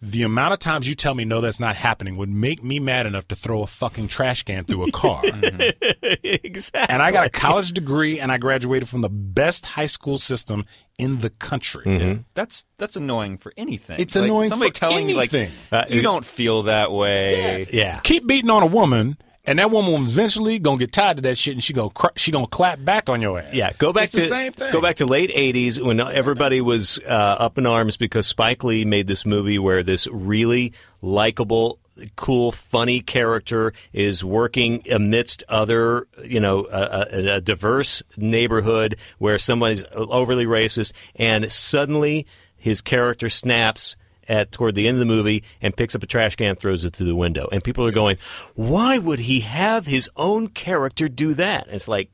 Speaker 2: the amount of times you tell me no, that's not happening would make me mad enough to throw a fucking trash can through a car.
Speaker 1: Mm-hmm. exactly.
Speaker 2: and I got a college degree and I graduated from the best high school system in the country.
Speaker 3: That's that's annoying for anything.
Speaker 2: It's
Speaker 3: Like,
Speaker 2: annoying
Speaker 3: Somebody
Speaker 2: for
Speaker 3: telling you
Speaker 2: anything.
Speaker 1: Uh,
Speaker 3: like you
Speaker 1: it-
Speaker 3: don't feel that way.
Speaker 1: Yeah.
Speaker 2: Keep beating on a woman, and that woman eventually gonna get tired of that shit, and she gonna cr- she gonna clap back on your ass.
Speaker 1: Yeah, go back
Speaker 2: It's
Speaker 1: to
Speaker 2: the same thing.
Speaker 1: go back to late '80s when everybody was uh, up in arms because Spike Lee made this movie where this really likable, cool, funny character is working amidst other, you know, a, a, a diverse neighborhood where somebody's overly racist, and suddenly his character snaps. At toward the end of the movie, and picks up a trash can, and throws it through the window, and people are going, "Why would he have his own character do that?" And it's like,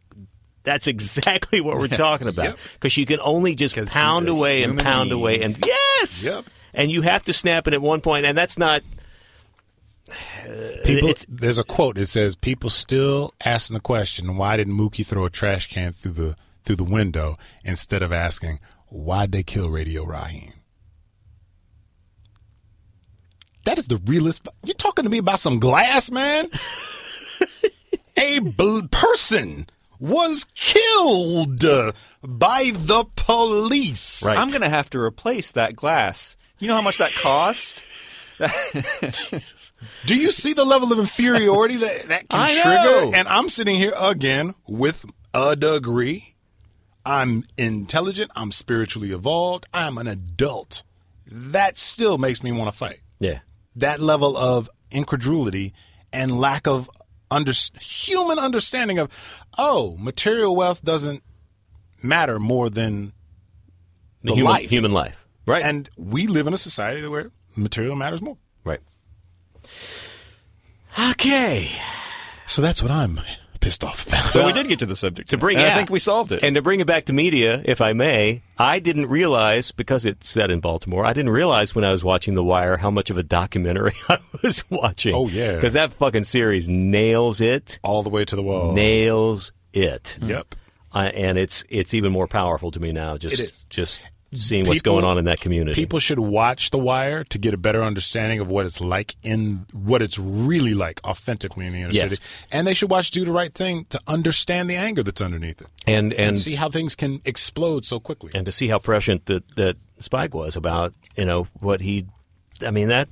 Speaker 1: that's exactly what we're talking about. Because you can only just
Speaker 3: he's
Speaker 1: pound
Speaker 3: a
Speaker 1: away and
Speaker 3: human
Speaker 1: pound
Speaker 3: being.
Speaker 1: away and yes,
Speaker 2: Yep.
Speaker 1: and you have to snap it at one point, and that's not
Speaker 2: People,
Speaker 1: it's-
Speaker 2: there's a quote that says, "People still asking the question, why did Mookie throw a trash can through the through the window instead of asking why'd they kill Radio Raheem." That is the realest. You're talking to me about some glass, man. a bl- person was killed by the police.
Speaker 1: Right.
Speaker 3: I'm gonna have to replace that glass. You know how much that cost?
Speaker 2: Do you see the level of inferiority that that can
Speaker 1: I
Speaker 2: trigger?
Speaker 1: know.
Speaker 2: And I'm sitting here again with a degree. I'm intelligent. I'm spiritually evolved. I'm an adult. That still makes me want to fight.
Speaker 1: yeah.
Speaker 2: That level of incredulity and lack of under, human understanding of, oh, material wealth doesn't matter more than the
Speaker 1: human
Speaker 2: life.
Speaker 1: human life, right?
Speaker 2: And we live in a society where material matters more.
Speaker 1: right. Okay,
Speaker 2: So that's what I'm pissed off about.
Speaker 3: So we did get to the subject
Speaker 1: to bring
Speaker 3: and
Speaker 1: it,
Speaker 3: I think we solved it.
Speaker 1: and to bring it back to media, if I may, I didn't realize because it's set in Baltimore. I didn't realize when I was watching The Wire how much of a documentary I was watching.
Speaker 2: Oh, yeah.
Speaker 1: because that fucking series nails it,
Speaker 2: all the way to the wall.
Speaker 1: nails it.
Speaker 2: Yep.
Speaker 1: I, and it's it's even more powerful to me now. Just
Speaker 2: It is.
Speaker 1: just seeing what's
Speaker 2: People-
Speaker 1: going on in that community.
Speaker 2: People should watch The Wire to get a better understanding of what it's like in what it's really like authentically in the inner
Speaker 1: Yes.
Speaker 2: city, and they should watch Do the Right Thing to understand the anger that's underneath it
Speaker 1: and
Speaker 2: and,
Speaker 1: and
Speaker 2: see how things can explode so quickly.
Speaker 1: and to see how prescient that that Spike was about you know what he. I mean that